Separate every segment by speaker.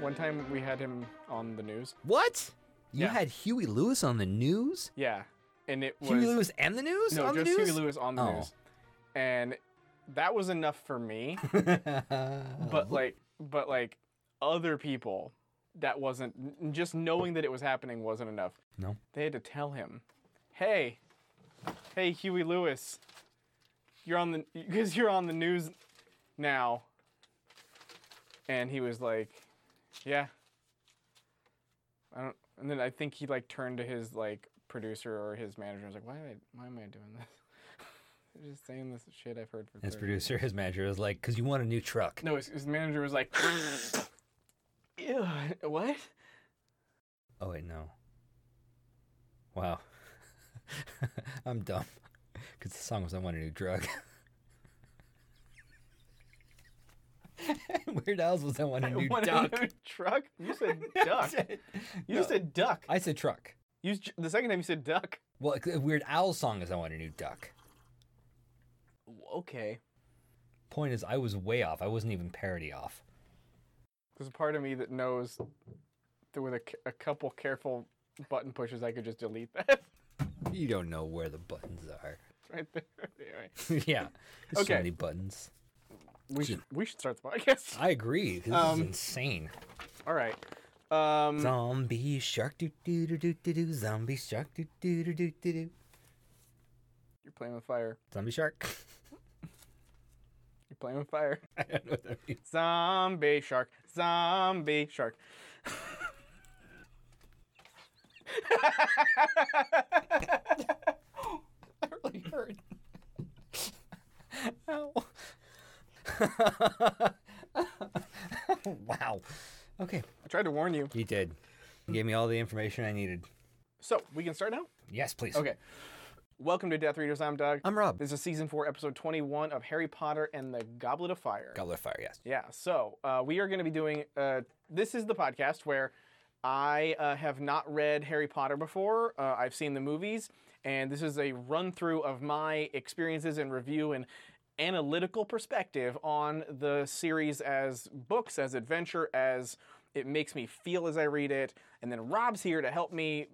Speaker 1: One time we had him on the news.
Speaker 2: What? You
Speaker 1: Yeah.
Speaker 2: had Huey Lewis on the news?
Speaker 1: Yeah, and it was
Speaker 2: Huey Lewis and the news
Speaker 1: no,
Speaker 2: on
Speaker 1: just
Speaker 2: the news?
Speaker 1: Huey Lewis on the
Speaker 2: Oh.
Speaker 1: news, and that was enough for me. but like, but like other people, that wasn't n- just knowing that it was happening wasn't enough.
Speaker 2: No.
Speaker 1: They had to tell him, "Hey, hey, Huey Lewis, you're on the because you're on the news now." And he was like, "Yeah." I don't. And then I think he like turned to his like producer or his manager. and was like, "Why am I? Why am I doing this? I'm just saying this shit I've heard for."
Speaker 2: His
Speaker 1: 30
Speaker 2: producer, his manager was like, because you want a new truck.
Speaker 1: No, his, his manager was like, "Ew, what?"
Speaker 2: Oh, wait, no. Wow. I'm dumb. Because the song was I Want a New Drug. Weird Al's was I Want a New
Speaker 1: Want a
Speaker 2: Duck.
Speaker 1: new truck? You said duck. You said duck.
Speaker 2: I said truck.
Speaker 1: You s- the second time you said duck.
Speaker 2: Well, Weird Al's song is I Want a New Duck.
Speaker 1: Okay.
Speaker 2: Point is, I was way off. I wasn't even parody off.
Speaker 1: There's a part of me that knows that with a, c- a couple careful button pushes, I could just delete that
Speaker 2: You don't know where the buttons are.
Speaker 1: right there. Anyway,
Speaker 2: yeah. There's
Speaker 1: Okay.
Speaker 2: so many buttons.
Speaker 1: we should we should start the podcast.
Speaker 2: I agree. This
Speaker 1: Um,
Speaker 2: is insane.
Speaker 1: All right. Um,
Speaker 2: Zombie shark doo doo doo doo doo doo. Zombie shark doo doo doo doo doo doo.
Speaker 1: you're playing with fire.
Speaker 2: Zombie shark.
Speaker 1: You're playing with fire.
Speaker 2: I don't know what that means.
Speaker 1: Zombie shark. Zombie shark.
Speaker 2: I really hurt. Ow. wow. Okay.
Speaker 1: I tried to warn you.
Speaker 2: He did. He gave me all the information I needed.
Speaker 1: So we can start now.
Speaker 2: Yes, please.
Speaker 1: Okay. Welcome to Death Readers. I'm Doug.
Speaker 2: I'm Rob.
Speaker 1: This is season four, episode 21 of Harry Potter and the Goblet of Fire.
Speaker 2: Goblet of Fire, yes.
Speaker 1: Yeah. So uh, we are going to be doing. Uh, this is the podcast where I uh, have not read Harry Potter before. Uh, I've seen the movies, and this is a run through of my experiences and review and analytical perspective on the series as books, as adventure, as it makes me feel as I read it. And then Rob's here to help me,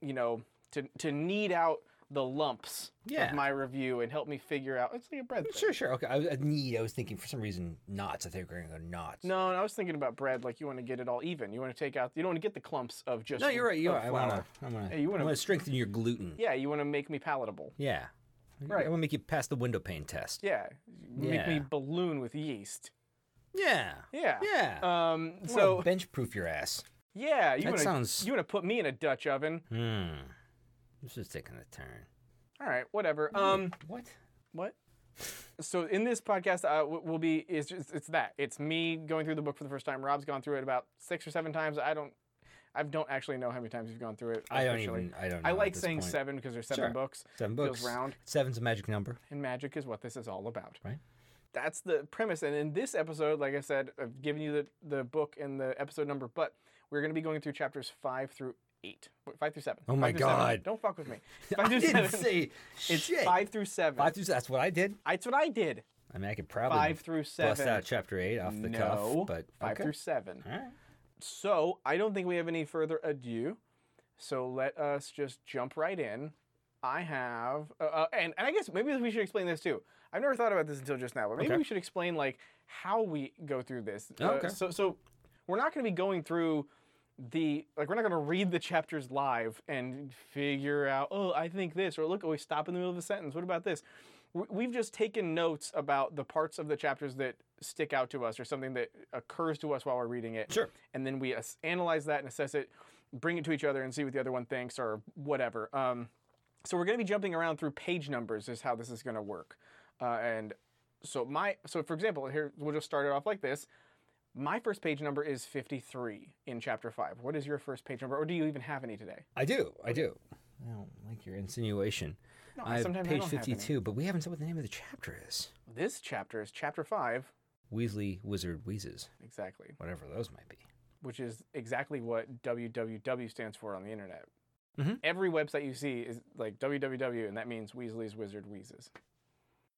Speaker 1: you know, to to knead out the lumps
Speaker 2: Yeah.
Speaker 1: of my review and help me figure out. It's like a bread. thing.
Speaker 2: Sure, sure. Okay. I, was- I need. I was thinking for some reason knots. I think we're going to go knots.
Speaker 1: No, and I was thinking about bread. Like you want to get it all even. You want to take out. You don't want to get the clumps of just.
Speaker 2: No, you're right. You
Speaker 1: of
Speaker 2: are. Oh, I
Speaker 1: flour.
Speaker 2: want to. I want to.
Speaker 1: you
Speaker 2: you
Speaker 1: wanna-
Speaker 2: want to strengthen your gluten.
Speaker 1: Yeah, you want to make me palatable.
Speaker 2: Yeah.
Speaker 1: Right.
Speaker 2: I want to make you pass the window pane test.
Speaker 1: Yeah, make me
Speaker 2: Yeah.
Speaker 1: balloon with yeast.
Speaker 2: Yeah.
Speaker 1: Yeah.
Speaker 2: Yeah.
Speaker 1: Um.
Speaker 2: I wanna
Speaker 1: So
Speaker 2: bench proof your ass.
Speaker 1: yeah, you
Speaker 2: That
Speaker 1: want to
Speaker 2: sounds-
Speaker 1: you want to put me in a Dutch oven.
Speaker 2: Hmm. This is taking a turn.
Speaker 1: All right, whatever. Um.
Speaker 2: What?
Speaker 1: What? So in this podcast, uh, w- will be it's just, it's that it's me going through the book for the first time. Rob's gone through it about six or seven times. I don't, I don't actually know how many times you've gone through it.
Speaker 2: I don't
Speaker 1: officially.
Speaker 2: even. I don't. Know
Speaker 1: I
Speaker 2: at
Speaker 1: like
Speaker 2: this
Speaker 1: saying
Speaker 2: point.
Speaker 1: seven because there's seven
Speaker 2: Sure.
Speaker 1: books.
Speaker 2: Seven
Speaker 1: feels
Speaker 2: books.
Speaker 1: round.
Speaker 2: Seven's a magic number.
Speaker 1: and magic is what this is all about.
Speaker 2: Right.
Speaker 1: That's the premise. And in this episode, like I said, I've given you the, the book and the episode number, but we're going to be going through chapters five through eight. Wait, Five through seven.
Speaker 2: Oh my
Speaker 1: Five through seven.
Speaker 2: God.
Speaker 1: Don't fuck with me.
Speaker 2: I
Speaker 1: Five through
Speaker 2: didn't
Speaker 1: seven.
Speaker 2: say
Speaker 1: it's
Speaker 2: shit.
Speaker 1: five through seven.
Speaker 2: Five through. That's what I did.
Speaker 1: That's what I did.
Speaker 2: I mean, I could probably
Speaker 1: Five through
Speaker 2: bust
Speaker 1: seven.
Speaker 2: out chapter eight off the
Speaker 1: no,
Speaker 2: cuff, but
Speaker 1: five
Speaker 2: okay.
Speaker 1: through seven.
Speaker 2: All right.
Speaker 1: So I don't think we have any further ado. So let us just jump right in. I have, uh, uh, and, and I guess maybe we should explain this too. I've never thought about this until just now, but maybe
Speaker 2: Okay.
Speaker 1: we should explain like how we go through this. Uh,
Speaker 2: Okay.
Speaker 1: So, so we're not going to be going through the like we're not going to read the chapters live and figure out oh I think this or look oh we stop in the middle of a sentence. What about this? We- We've just taken notes about the parts of the chapters that stick out to us or something that occurs to us while we're reading it
Speaker 2: Sure.
Speaker 1: and then we as- analyze that and assess it, bring it to each other and see what the other one thinks or whatever. Um, so we're going to be jumping around through page numbers is how this is going to work. Uh, and so my so for example here we'll just start it off like this. My first page number is 53 in chapter 5. What is your first page number or do you even have any today?
Speaker 2: I do. I do. I don't like your insinuation. No, I have
Speaker 1: sometimes I
Speaker 2: page
Speaker 1: don't have any.
Speaker 2: 52, but we haven't said what the name of the chapter is.
Speaker 1: This chapter is chapter 5
Speaker 2: Weasley, Wizard, Wheezes,
Speaker 1: exactly,
Speaker 2: whatever those might be.
Speaker 1: which is exactly what www stands for on the internet.
Speaker 2: Mhm.
Speaker 1: Every website you see is like www and that means Weasley's Wizard Wheezes.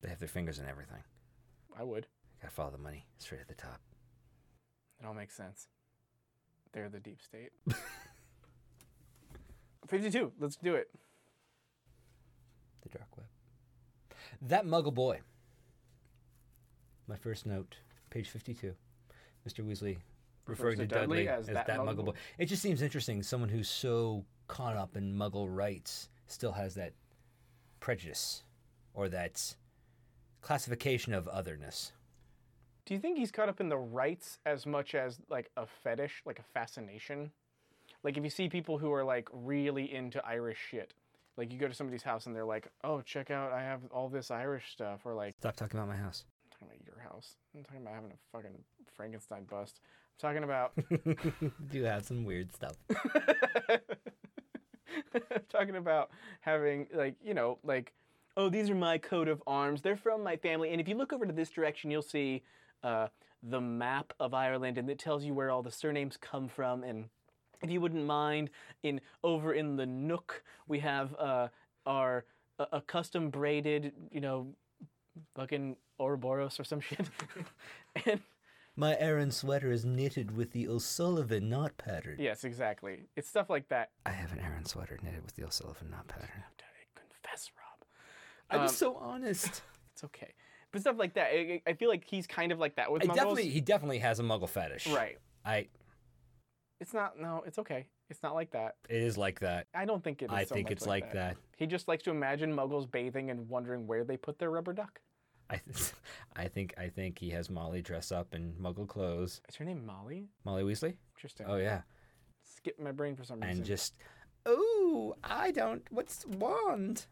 Speaker 2: They have their fingers in everything.
Speaker 1: I would.
Speaker 2: Gotta follow the money straight at the top.
Speaker 1: It all makes sense. They're the deep state. 52. Let's do it.
Speaker 2: The dark web. That muggle boy. My first note, page 52. Mr. Weasley referring to Dudley, as, that, muggle boy. It just seems interesting. Someone who's so caught up in muggle rights still has that prejudice or that classification of otherness.
Speaker 1: Do you think he's caught up in the rights as much as like a fetish, like a fascination? Like if you see people who are like really into Irish shit, like you go to somebody's house and they're like, "Oh, check out, I have all this Irish stuff," or like,
Speaker 2: Stop talking about my house.
Speaker 1: "I'm talking about your house. I'm talking about having a fucking Frankenstein bust. I'm talking about,
Speaker 2: Do have some weird stuff.
Speaker 1: I'm talking about having like you know like, oh, these are my coat of arms. They're from my family. And if you look over to this direction, you'll see uh, the map of Ireland, and it tells you where all the surnames come from and if you wouldn't mind, in over in the nook, we have uh, our a, a custom braided, you know, fucking Ouroboros or some shit. and
Speaker 2: My Aaron sweater is knitted with the O'Sullivan knot pattern.
Speaker 1: yes, exactly. It's stuff like that.
Speaker 2: I have an Aaron sweater knitted with the O'Sullivan knot pattern.
Speaker 1: Confess, Rob.
Speaker 2: I'm so honest.
Speaker 1: It's okay, but stuff like that. I, I I feel like he's kind of like that with
Speaker 2: I
Speaker 1: Muggles.
Speaker 2: definitely, he definitely has a muggle fetish.
Speaker 1: Right.
Speaker 2: I.
Speaker 1: It's not. No, it's okay. It's not like that.
Speaker 2: It is like that.
Speaker 1: I don't think it is.
Speaker 2: I
Speaker 1: so
Speaker 2: think
Speaker 1: much
Speaker 2: it's like that.
Speaker 1: He just likes to imagine Muggles bathing and wondering where they put their rubber duck.
Speaker 2: I, th- I think, I think he has Molly dress up in muggle clothes.
Speaker 1: Is her name Molly?
Speaker 2: Molly Weasley.
Speaker 1: Interesting.
Speaker 2: Oh yeah.
Speaker 1: Skipped my brain for some reason.
Speaker 2: And just, oh, I don't. What's wand?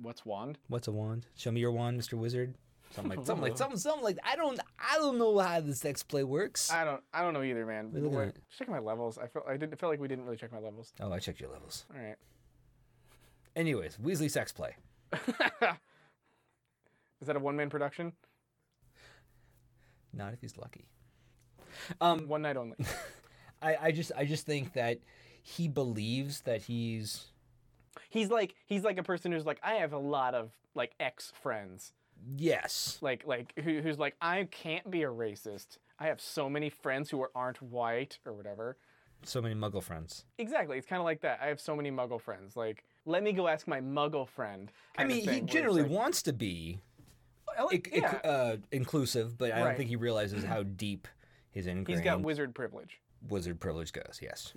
Speaker 1: What's wand?
Speaker 2: What's a wand? Show me your wand, Mister Wizard. Something like, something like, something, something like. I don't, I don't know how this sex play works.
Speaker 1: I don't. I don't know either, man.
Speaker 2: We're looking
Speaker 1: Boy,
Speaker 2: at-
Speaker 1: Check my levels. I felt. I didn't felt like we didn't really check my levels.
Speaker 2: oh, I checked your levels.
Speaker 1: All right.
Speaker 2: Anyways, Weasley sex play.
Speaker 1: Is that a one man production?
Speaker 2: Not if he's lucky.
Speaker 1: One night only.
Speaker 2: I, I just, I just think that he believes that he's
Speaker 1: he's like. He's like a person who's like. I have a lot of like ex friends.
Speaker 2: yes.
Speaker 1: Like like who, who's like. I can't be a racist. I have so many friends who are, aren't white or whatever.
Speaker 2: So many Muggle friends.
Speaker 1: Exactly. It's kind of like that. I have so many Muggle friends. Like let me go ask my Muggle friend.
Speaker 2: I
Speaker 1: kind of
Speaker 2: mean,
Speaker 1: thing,
Speaker 2: he
Speaker 1: where it's
Speaker 2: generally
Speaker 1: like-
Speaker 2: wants to be
Speaker 1: I like-
Speaker 2: inc- inc-
Speaker 1: yeah.
Speaker 2: uh, inclusive, but I don't
Speaker 1: Right.
Speaker 2: think he realizes how deep his
Speaker 1: He's
Speaker 2: ingrained
Speaker 1: got wizard privilege.
Speaker 2: wizard privilege goes. Yes.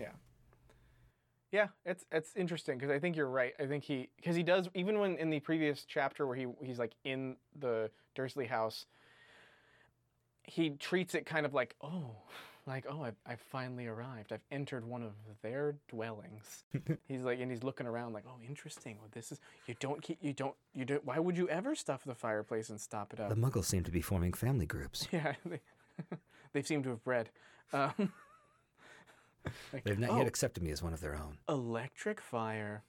Speaker 1: Yeah, it's it's interesting because I think you're right. I think he because he does even when in the previous chapter where he he's like in the Dursley house, he treats it kind of like oh, like oh I I finally arrived. I've entered one of their dwellings. he's like and he's looking around like oh interesting. Well, this is you don't keep you don't you don't why would you ever stuff the fireplace and stop it up?
Speaker 2: The Muggles seem to be forming family groups.
Speaker 1: yeah, they, they seem to have bred. Um, like,
Speaker 2: They've not
Speaker 1: "Oh,
Speaker 2: yet accepted me as one of their own.
Speaker 1: Electric fire.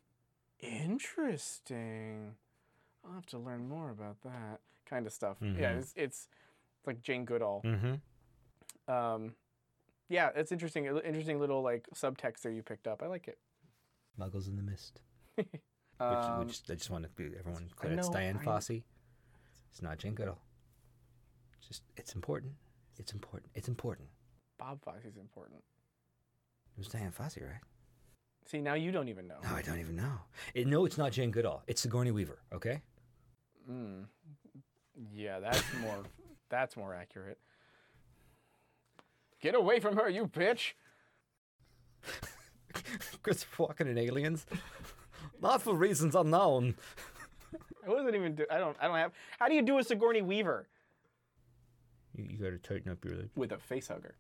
Speaker 1: Interesting. I'll have to learn more about that kind of stuff. Yeah,
Speaker 2: Mhm.
Speaker 1: it's, it's it's like Jane Goodall.
Speaker 2: Mm-hmm.
Speaker 1: Um, yeah, it's interesting. Interesting little like subtext there you picked up. I like it.
Speaker 2: Muggles in the Mist. Which,
Speaker 1: Um,
Speaker 2: which I just want to be everyone
Speaker 1: I
Speaker 2: clear. It's
Speaker 1: know,
Speaker 2: Diane
Speaker 1: I-
Speaker 2: Fossey. It's not Jane Goodall. It's Just it's important. It's important. It's important.
Speaker 1: Bob Fosse's important.
Speaker 2: It was Diane Fossey, right?
Speaker 1: See, now you don't even know.
Speaker 2: No, I don't even know. It, no, it's not Jane Goodall. It's Sigourney Weaver. Okay.
Speaker 1: Mm. Yeah, that's more that's more accurate. Get away from her, you bitch.
Speaker 2: Christopher Walken and Aliens. not for reasons unknown.
Speaker 1: I wasn't even do- I don't I don't have How do you do a Sigourney Weaver
Speaker 2: You, you got to tighten up your lip.
Speaker 1: with a face hugger?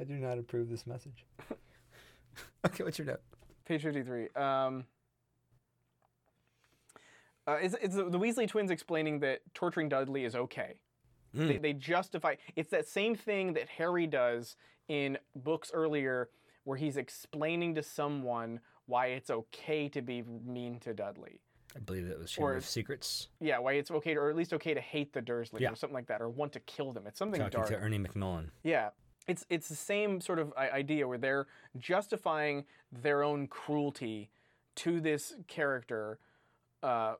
Speaker 2: I do not approve this message. okay, what's your note?
Speaker 1: Page 53. Um, uh, it's, it's the Weasley twins explaining that torturing Dudley is okay.
Speaker 2: Hmm.
Speaker 1: They, they justify it's that same thing that Harry does in books earlier, where he's explaining to someone why it's okay to be mean to Dudley.
Speaker 2: I believe that was Chamber
Speaker 1: Or-
Speaker 2: of Secrets.
Speaker 1: Yeah, why it's okay, to, or at least okay to hate the Dursleys
Speaker 2: Yeah.
Speaker 1: or something like that, or want to kill them. It's something
Speaker 2: Talking
Speaker 1: dark.
Speaker 2: to Ernie McMillan.
Speaker 1: Yeah. It's it's the same sort of i- idea where they're justifying their own cruelty to this character uh,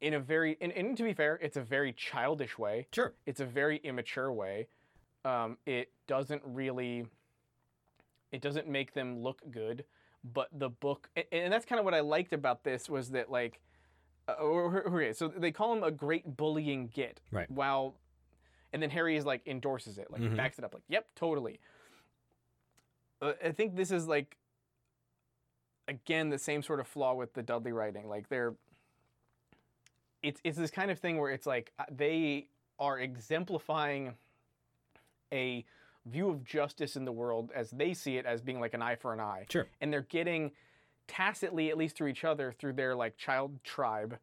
Speaker 1: in a very and, and to be fair, it's a very childish way.
Speaker 2: Sure.
Speaker 1: It's a very immature way. Um, it doesn't really it doesn't make them look good, but the book and, and that's kind of what I liked about this was that like uh, okay, so they call him a great bullying git.
Speaker 2: Right.
Speaker 1: While and then Harry is like endorses it, like
Speaker 2: Mhm.
Speaker 1: backs it up like, "Yep, totally." Uh, I think this is like again the same sort of flaw with the Dudley writing. Like they're it's it's this kind of thing where it's like uh, they are exemplifying a view of justice in the world as they see it as being like an eye for an eye.
Speaker 2: Sure.
Speaker 1: And they're getting tacitly at least through each other through their like child tribe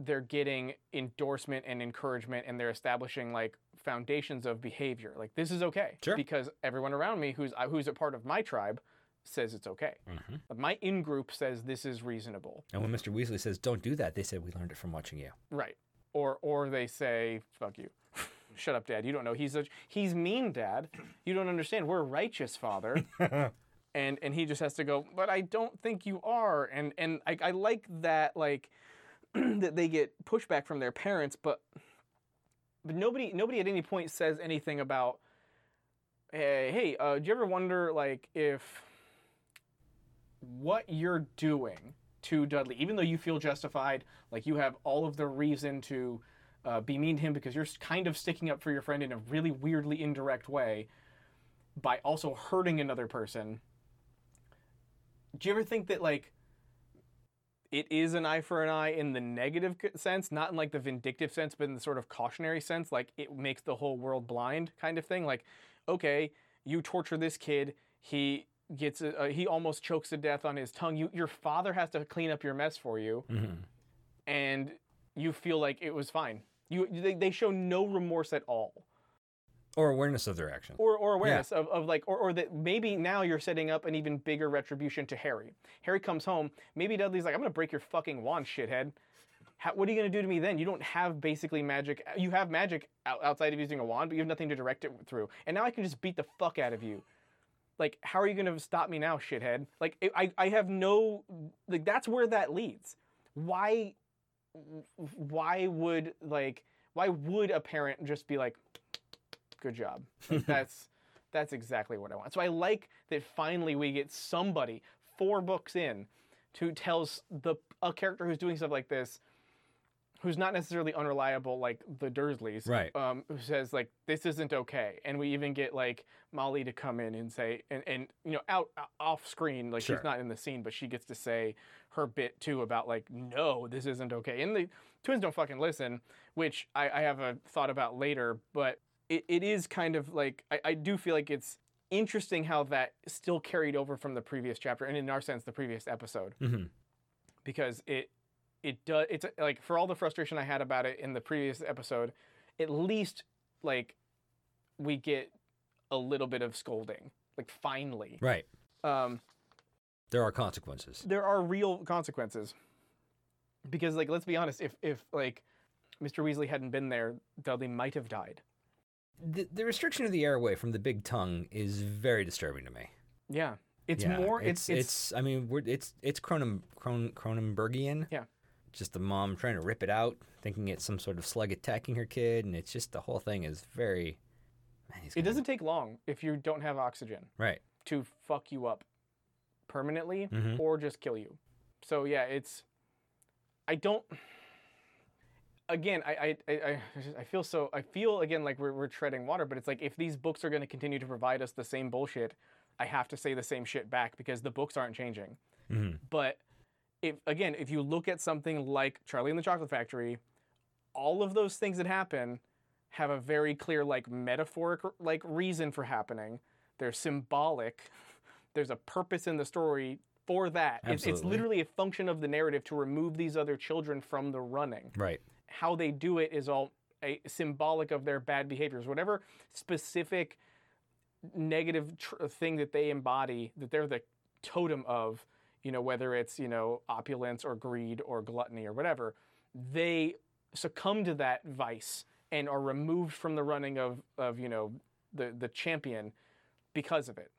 Speaker 1: they're getting endorsement and encouragement and they're establishing like foundations of behavior like this is okay
Speaker 2: Sure.
Speaker 1: because everyone around me who's uh, who's a part of my tribe says it's okay
Speaker 2: Mhm.
Speaker 1: my in-group says this is reasonable
Speaker 2: And when Mr. Weasley says, "Don't do that," they said, "We learned it from watching you."
Speaker 1: right or or they say fuck you shut up dad you don't know he's a he's mean dad you don't understand we're righteous father
Speaker 2: Mm-hmm.
Speaker 1: and and he just has to go but i don't think you are and and i, I like that like that they get pushback from their parents but but nobody nobody at any point says anything about hey hey uh, do you ever wonder like if what you're doing to dudley even though you feel justified like you have all of the reason to uh, be mean to him because you're s- kind of sticking up for your friend in a really weirdly indirect way by also hurting another person. Do you ever think that like it is an eye for an eye in the negative c- sense, not in like the vindictive sense, but in the sort of cautionary sense, like it makes the whole world blind kind of thing? Like, okay, you torture this kid, he gets a, uh, he almost chokes to death on his tongue. You, your father has to clean up your mess for you,
Speaker 2: Mhm.
Speaker 1: and you feel like it was fine. You they, they show no remorse at all
Speaker 2: Or awareness of their action.
Speaker 1: or, or awareness of, of like or, or that maybe now you're setting up an even bigger retribution to harry harry comes home maybe dudley's like i'm gonna break your fucking wand shithead How, what are you gonna do to me then you don't have basically magic you have magic out, outside of using a wand but you have nothing to direct it through and now i can just beat the fuck out of you like how are you gonna stop me now shithead like I- i, I have no like that's where that leads why why would like why would a parent just be like good job Like, that's that's exactly what i want so i like that finally we get somebody four books in to tells the a character who's doing stuff like this who's not necessarily unreliable like the dursleys
Speaker 2: Right.
Speaker 1: um, who says like this isn't okay and we even get like molly to come in and say and, and you know out off screen like
Speaker 2: Sure.
Speaker 1: she's not in the scene but she gets to say her bit too about like no this isn't okay and the twins don't fucking listen which i, I have a thought about later but it, it is kind of like I, I do feel like it's interesting how that still carried over from the previous chapter and in our sense the previous episode
Speaker 2: hmm
Speaker 1: because it it does it's like for all the frustration I had about it in the previous episode, at least like we get a little bit of scolding. Like finally,
Speaker 2: Right.
Speaker 1: um,
Speaker 2: There are consequences.
Speaker 1: there are real consequences. Because like let's be honest, if if like Mr. Weasley hadn't been there, Dudley might have died.
Speaker 2: The, the restriction of the airway from the big tongue is very disturbing to me.
Speaker 1: Yeah, it's
Speaker 2: Yeah,
Speaker 1: more
Speaker 2: It's,
Speaker 1: it's,
Speaker 2: it's. I mean, we're, it's it's Cronen, Cron, Cronenbergian.
Speaker 1: Yeah.
Speaker 2: Just the mom trying to rip it out, thinking it's some sort of slug attacking her kid, and it's just the whole thing is very. Man, he's
Speaker 1: it
Speaker 2: gonna-
Speaker 1: doesn't take long if you don't have oxygen.
Speaker 2: Right.
Speaker 1: to fuck you up permanently
Speaker 2: Mhm.
Speaker 1: or just kill you. So yeah, it's I don't again I I, I, I I feel so I feel again like we're, we're treading water, but it's like if these books are gonna continue to provide us the same bullshit, I have to say the same shit back because the books aren't changing.
Speaker 2: Mhm.
Speaker 1: But if again, if you look at something like Charlie and the Chocolate Factory, all of those things that happen have a very clear like metaphoric like reason for happening. They're symbolic. There's a purpose in the story for that. It's, it's
Speaker 2: Absolutely.
Speaker 1: literally a function of the narrative to remove these other children from the running.
Speaker 2: Right.
Speaker 1: How they do it is all a, symbolic of their bad behaviors. Whatever specific negative tr- uh, thing that they embody that they're the totem of you know whether it's you know opulence or greed or gluttony or whatever they succumb to that vice and are removed from the running of of you know the the champion because of it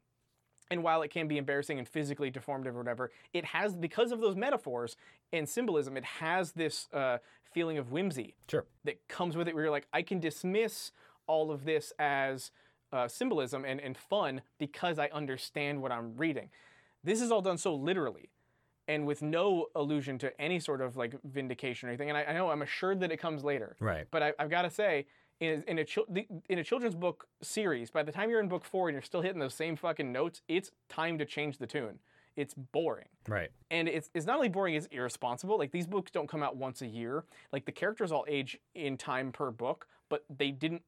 Speaker 1: And while it can be embarrassing and physically deformed or whatever, it has because of those metaphors and symbolism, it has this uh, feeling of whimsy
Speaker 2: Sure.
Speaker 1: that comes with it. Where you're like, I can dismiss all of this as uh, symbolism and, and fun because I understand what I'm reading. This is all done so literally and with no allusion to any sort of like vindication or anything. And I, I know I'm assured that it comes later.
Speaker 2: Right.
Speaker 1: But I, I've got to say, in, in a chil- the- in a children's book series, by the time you're in book four and you're still hitting those same fucking notes, it's time to change the tune. It's boring,
Speaker 2: Right.
Speaker 1: and it's it's not only boring; it's irresponsible. Like these books don't come out once a year. Like the characters all age in time per book, but they didn't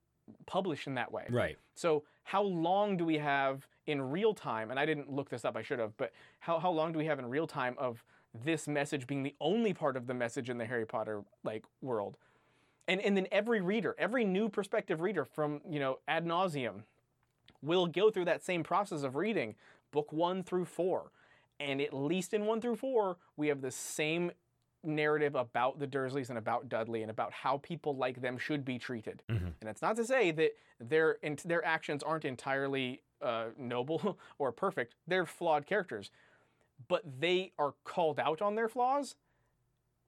Speaker 1: publish in that way.
Speaker 2: Right.
Speaker 1: So how long do we have in real time? And I didn't look this up. I should have. But how how long do we have in real time of this message being the only part of the message in the Harry Potter like world? and and then every reader, every new prospective reader from you know ad nauseum, will go through that same process of reading book one through four, and at least in one through four, we have the same narrative about the Dursleys and about Dudley and about how people like them should be treated. And it's not to say that their and their actions aren't entirely uh, noble or perfect. They're flawed characters, but they are called out on their flaws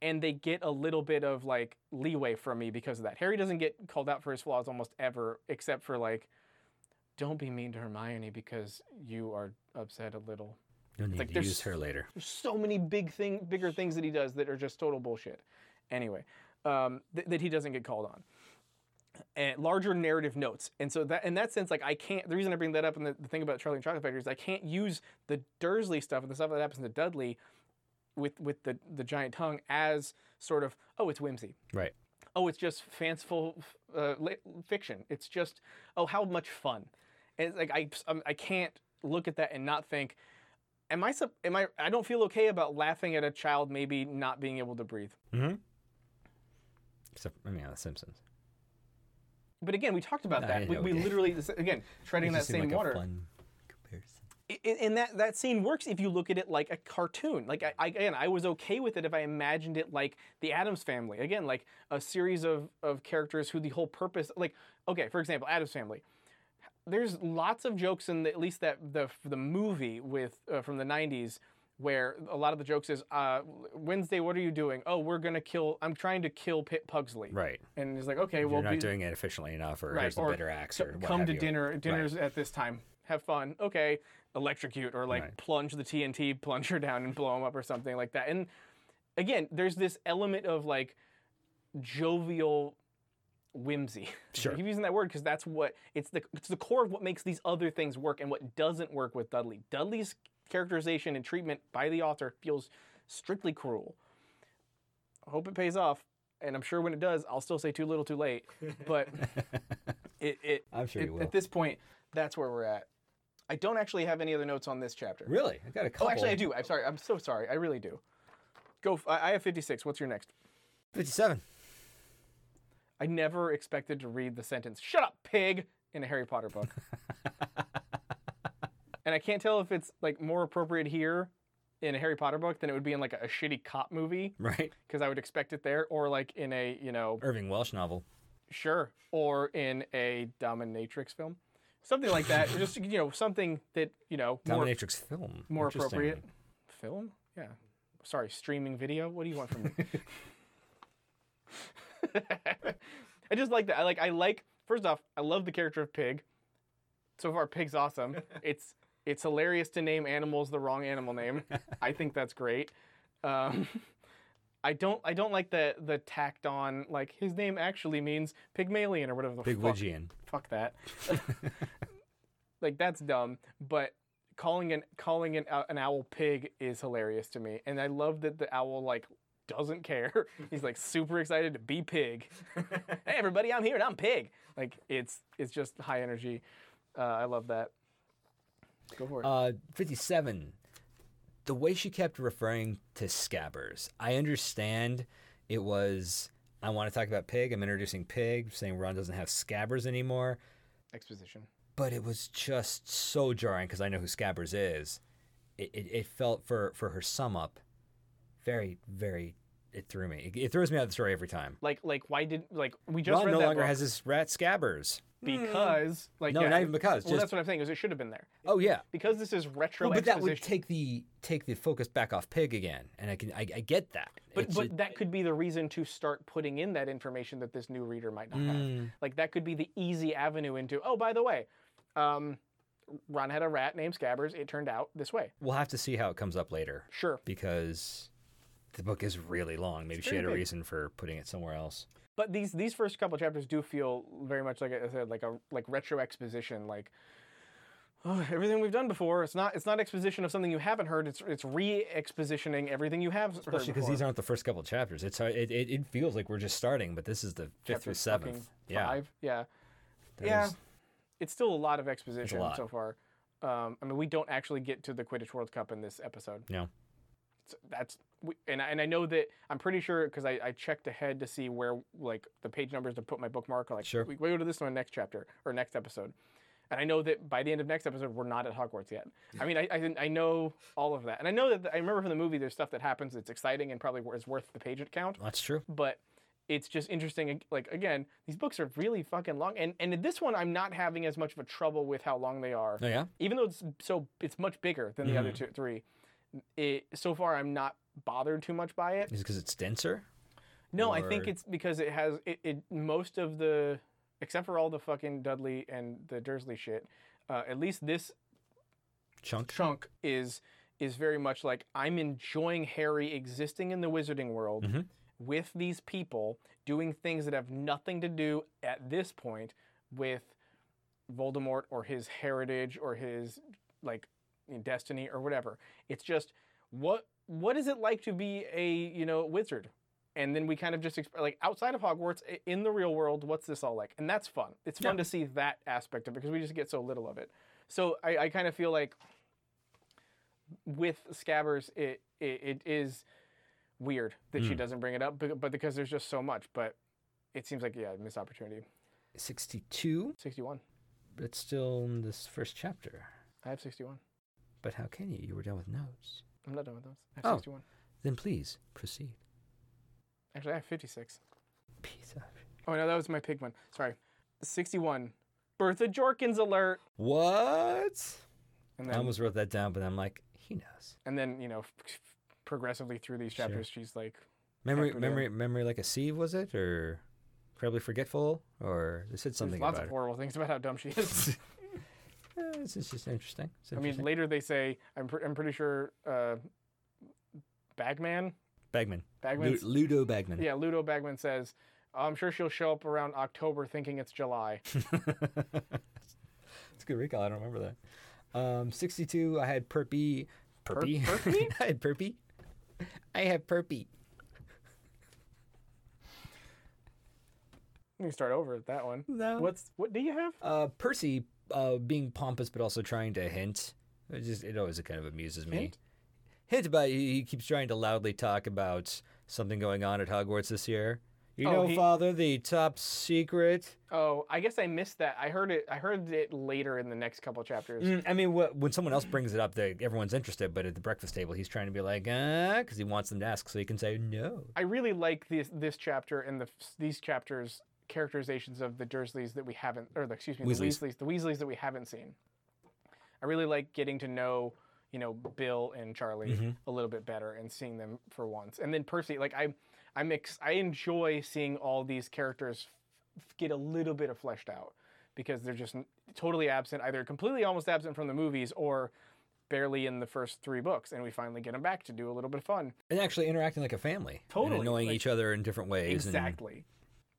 Speaker 1: and they get a little bit of like leeway from me because of that. Harry doesn't get called out for his flaws almost ever, except for like, don't be mean to Hermione because you are upset a little.
Speaker 2: You'll need
Speaker 1: like
Speaker 2: to
Speaker 1: there's-
Speaker 2: use her later.
Speaker 1: There's so many big thing, bigger things that he does that are just total bullshit. Anyway, um, th- that he doesn't get called on. And larger narrative notes, and so that in that sense, like I can't. The reason I bring that up and the, the thing about Charlie and the Chocolate Factory is I can't use the Dursley stuff and the stuff that happens to Dudley with with the the giant tongue as sort of oh it's whimsy
Speaker 2: Right.
Speaker 1: oh, it's just fanciful f- uh, li- fiction. It's just, oh, how much fun. And it's like I, um, I can't look at that and not think, am I, sup- am I, I don't feel okay about laughing at a child maybe not being able to breathe.
Speaker 2: mm-hmm. Except, I mean, The Simpsons.
Speaker 1: But again, we talked about
Speaker 2: I
Speaker 1: that. We,
Speaker 2: know,
Speaker 1: we
Speaker 2: yeah.
Speaker 1: literally, again, treading
Speaker 2: It
Speaker 1: that
Speaker 2: just seemed
Speaker 1: same
Speaker 2: like
Speaker 1: water.
Speaker 2: A fun comparison.
Speaker 1: I- I- and that that scene works if you look at it like a cartoon. Like I, I again, I was okay with it if I imagined it like the Adams Family. Again, like a series of of characters who the whole purpose, like okay, for example, Adams Family. There's lots of jokes in the, at least that the the movie with uh, from the '90s where a lot of the jokes is uh, Wednesday, what are you doing? Oh, we're gonna kill. I'm trying to kill Pit Pugsley.
Speaker 2: Right.
Speaker 1: And he's like, okay, well,
Speaker 2: You're not
Speaker 1: be-
Speaker 2: doing it efficiently enough, or
Speaker 1: Right,
Speaker 2: here's the
Speaker 1: or
Speaker 2: bitter axe,
Speaker 1: c-
Speaker 2: or what
Speaker 1: come
Speaker 2: have
Speaker 1: to
Speaker 2: you.
Speaker 1: dinner. Dinner's at this time. Have fun. Okay. Electrocute or like
Speaker 2: Right.
Speaker 1: plunge the TNT plunger down and blow him up or something like that. And again, there's this element of like jovial whimsy.
Speaker 2: Sure.
Speaker 1: I keep using that word because that's what it's the it's the core of what makes these other things work and what doesn't work with Dudley. Dudley's characterization and treatment by the author feels strictly cruel. I hope it pays off, and I'm sure when it does, I'll still say too little, too late. But it, it
Speaker 2: I'm sure
Speaker 1: at-
Speaker 2: you will.
Speaker 1: At this point, that's where we're at. I don't actually have any other notes on this chapter.
Speaker 2: Really? I got a couple.
Speaker 1: Oh, actually, I do. I'm sorry. I'm so sorry. I really do. Go. f- I I have 56. What's your next?
Speaker 2: 57.
Speaker 1: I never expected to read the sentence "Shut up, pig" in a Harry Potter book, and I can't tell if it's like more appropriate here in a Harry Potter book than it would be in like a shitty cop movie
Speaker 2: Right.
Speaker 1: because I would expect it there, or like in a you know
Speaker 2: Irving Welsh novel.
Speaker 1: Sure. Or in a dominatrix film. Something like that. or Just, you know, something that, you know, more,
Speaker 2: Dominatrix film.
Speaker 1: more
Speaker 2: Interesting.
Speaker 1: appropriate. Film? Yeah. Sorry, streaming video? What do you want from me? I just like that. I like, I like, first off, I love the character of Pig. So far, Pig's awesome. It's, it's hilarious to name animals the wrong animal name. I think that's great. Um, I don't, I don't like the the tacked on like his name actually means Pygmalion or whatever the
Speaker 2: Big
Speaker 1: fuck
Speaker 2: Widgeon.
Speaker 1: fuck that. like that's dumb, but calling an calling an, an owl pig is hilarious to me, and I love that the owl like doesn't care. He's like super excited to be pig. hey everybody, I'm here and I'm pig. Like it's it's just high energy. Uh, I love that. Go for it.
Speaker 2: Uh, 57. The way she kept referring to scabbers, I understand it was, I want to talk about Pig. I'm introducing Pig, saying Ron doesn't have scabbers anymore.
Speaker 1: Exposition.
Speaker 2: but it was just so jarring because I know who Scabbers is. It, it, it felt for, for her sum up very, very it threw me. It, it throws me out of the story every time.
Speaker 1: like like why did like we just
Speaker 2: Ron
Speaker 1: read
Speaker 2: no
Speaker 1: that
Speaker 2: longer
Speaker 1: book
Speaker 2: has his rat scabbers.
Speaker 1: because like
Speaker 2: No,
Speaker 1: yeah,
Speaker 2: not even because,
Speaker 1: well
Speaker 2: just-
Speaker 1: that's what I'm saying is it should have been there
Speaker 2: Oh yeah.
Speaker 1: because this is retro
Speaker 2: Well, but that would
Speaker 1: exposition-
Speaker 2: take the take the focus back off Pig again, and I can I, I get that.
Speaker 1: But,
Speaker 2: It's
Speaker 1: but
Speaker 2: a-
Speaker 1: that could be the reason to start putting in that information that this new reader might not
Speaker 2: Mm.
Speaker 1: have. Like that could be the easy avenue into. Oh, by the way, um, Ron had a rat named Scabbers. It turned out this way.
Speaker 2: we'll have to see how it comes up later
Speaker 1: Sure,
Speaker 2: because the book is really long. Maybe she
Speaker 1: very
Speaker 2: had a
Speaker 1: big.
Speaker 2: reason for putting it somewhere else.
Speaker 1: but these these first couple chapters do feel very much like I said, like a like retro exposition. Like oh, everything we've done before. It's not it's not exposition of something you haven't heard. It's it's re-expositioning everything you have heard
Speaker 2: Especially because
Speaker 1: before.
Speaker 2: these aren't the first couple of chapters. It's uh, it, it, it feels like we're just starting, but this is the fifth
Speaker 1: Chapter
Speaker 2: or seventh.
Speaker 1: fucking
Speaker 2: Yeah,
Speaker 1: Five. Yeah.
Speaker 2: That
Speaker 1: yeah.
Speaker 2: is-
Speaker 1: it's still a lot of exposition
Speaker 2: lot.
Speaker 1: so far. Um, I mean, we don't actually get to the Quidditch World Cup in this episode.
Speaker 2: No.
Speaker 1: So that's we, and I, and I know that I'm pretty sure because I, I checked ahead to see where like the page numbers to put my bookmark. Like
Speaker 2: Sure.
Speaker 1: we, we go to this one next chapter or next episode, and I know that by the end of next episode we're not at Hogwarts yet. I mean, I I, didn't- I know all of that, and I know that I remember from the movie there's stuff that happens that's exciting and probably is worth the page count
Speaker 2: that's true.
Speaker 1: but it's just interesting. ag- Like again, these books are really fucking long, and and in this one I'm not having as much of a trouble with how long they are,
Speaker 2: Oh yeah, Mm-hmm.
Speaker 1: even though it's so it's much bigger than the other two three. It, so far, I'm not bothered too much by it.
Speaker 2: is it because it's denser?
Speaker 1: No, I think
Speaker 2: Or-
Speaker 1: it's because it has it, it most of the except for all the fucking Dudley and the Dursley shit. Uh, at least this
Speaker 2: Chunk.
Speaker 1: chunk is is very much like I'm enjoying Harry existing in the wizarding world
Speaker 2: Mhm.
Speaker 1: with these people doing things that have nothing to do at this point with Voldemort or his heritage or his like destiny or whatever. It's just what what is it like to be a, you know, wizard? And then we kind of just exp- like outside of Hogwarts i- in the real world, what's this all like? And that's fun. It's fun to see that aspect of it because we just get so little of it. So I, I kind of feel like with Scabbers, it it, it is weird that she
Speaker 2: Mm.
Speaker 1: doesn't bring it up, but, but because there's just so much. But it seems like yeah, missed opportunity.
Speaker 2: Sixty-two.
Speaker 1: Sixty-one.
Speaker 2: But it's still in this first chapter.
Speaker 1: I have sixty-one.
Speaker 2: But how can you? You were done with notes.
Speaker 1: I'm not done with those. I have
Speaker 2: Oh.
Speaker 1: sixty-one.
Speaker 2: Then please proceed.
Speaker 1: Actually, I have fifty-six.
Speaker 2: Piece of
Speaker 1: Oh no, that was my pig one. Sorry, sixty-one. Bertha Jorkins alert.
Speaker 2: what?
Speaker 1: And
Speaker 2: I
Speaker 1: then
Speaker 2: almost wrote that down, but I'm like, he knows.
Speaker 1: and then you know, f- f- progressively through these
Speaker 2: Sure.
Speaker 1: chapters, she's like,
Speaker 2: Memory,
Speaker 1: Peppered
Speaker 2: memory, memory like a sieve, was it, or incredibly forgetful, or they said something
Speaker 1: there's lots
Speaker 2: about
Speaker 1: of horrible things about how dumb she is.
Speaker 2: it. Eh, this is just interesting. It's
Speaker 1: I mean,
Speaker 2: interesting.
Speaker 1: later they say, I'm, pre- I'm pretty sure, uh, Bagman,
Speaker 2: Bagman, Lu-
Speaker 1: Bagman's
Speaker 2: Ludo Bagman.
Speaker 1: Yeah, Ludo Bagman says, I'm sure she'll show up around October thinking it's July.
Speaker 2: it's a good recall. I don't remember that. Um, 62. I had Perpy. Perpy.
Speaker 1: Perpy?
Speaker 2: I had Perpy. I had Perpy.
Speaker 1: Let me start over at that one.
Speaker 2: No.
Speaker 1: What's what do you have?
Speaker 2: Uh, Percy uh, being pompous but also trying to hint. It just it always kind of amuses me.
Speaker 1: Hint?
Speaker 2: Hint, about he he keeps trying to loudly talk about something going on at Hogwarts this year. You
Speaker 1: Oh,
Speaker 2: know,
Speaker 1: he-
Speaker 2: Father, the top secret.
Speaker 1: Oh, I guess I missed that. I heard it. I heard it later in the next couple chapters.
Speaker 2: Mm, I mean, wh- when someone else brings it up, they, everyone's interested. But at the breakfast table, he's trying to be like, ah, because he wants them to ask so he can say no.
Speaker 1: I really like this this chapter and the these chapters characterizations of the Dursleys that we haven't, or the, excuse me,
Speaker 2: Weasleys.
Speaker 1: the Weasleys, the Weasleys that we haven't seen. I really like getting to know, you know, Bill and Charlie a little bit better and seeing them for once. And then Percy, like I, I'm ex- I enjoy seeing all these characters f- f- get a little bit of fleshed out because they're just n- totally absent, either completely almost absent from the movies or barely in the first three books, and we finally get them back to do a little bit of fun.
Speaker 2: And actually interacting like a family, and
Speaker 1: Totally,
Speaker 2: annoying
Speaker 1: like-
Speaker 2: each other in different ways. and-
Speaker 1: Exactly.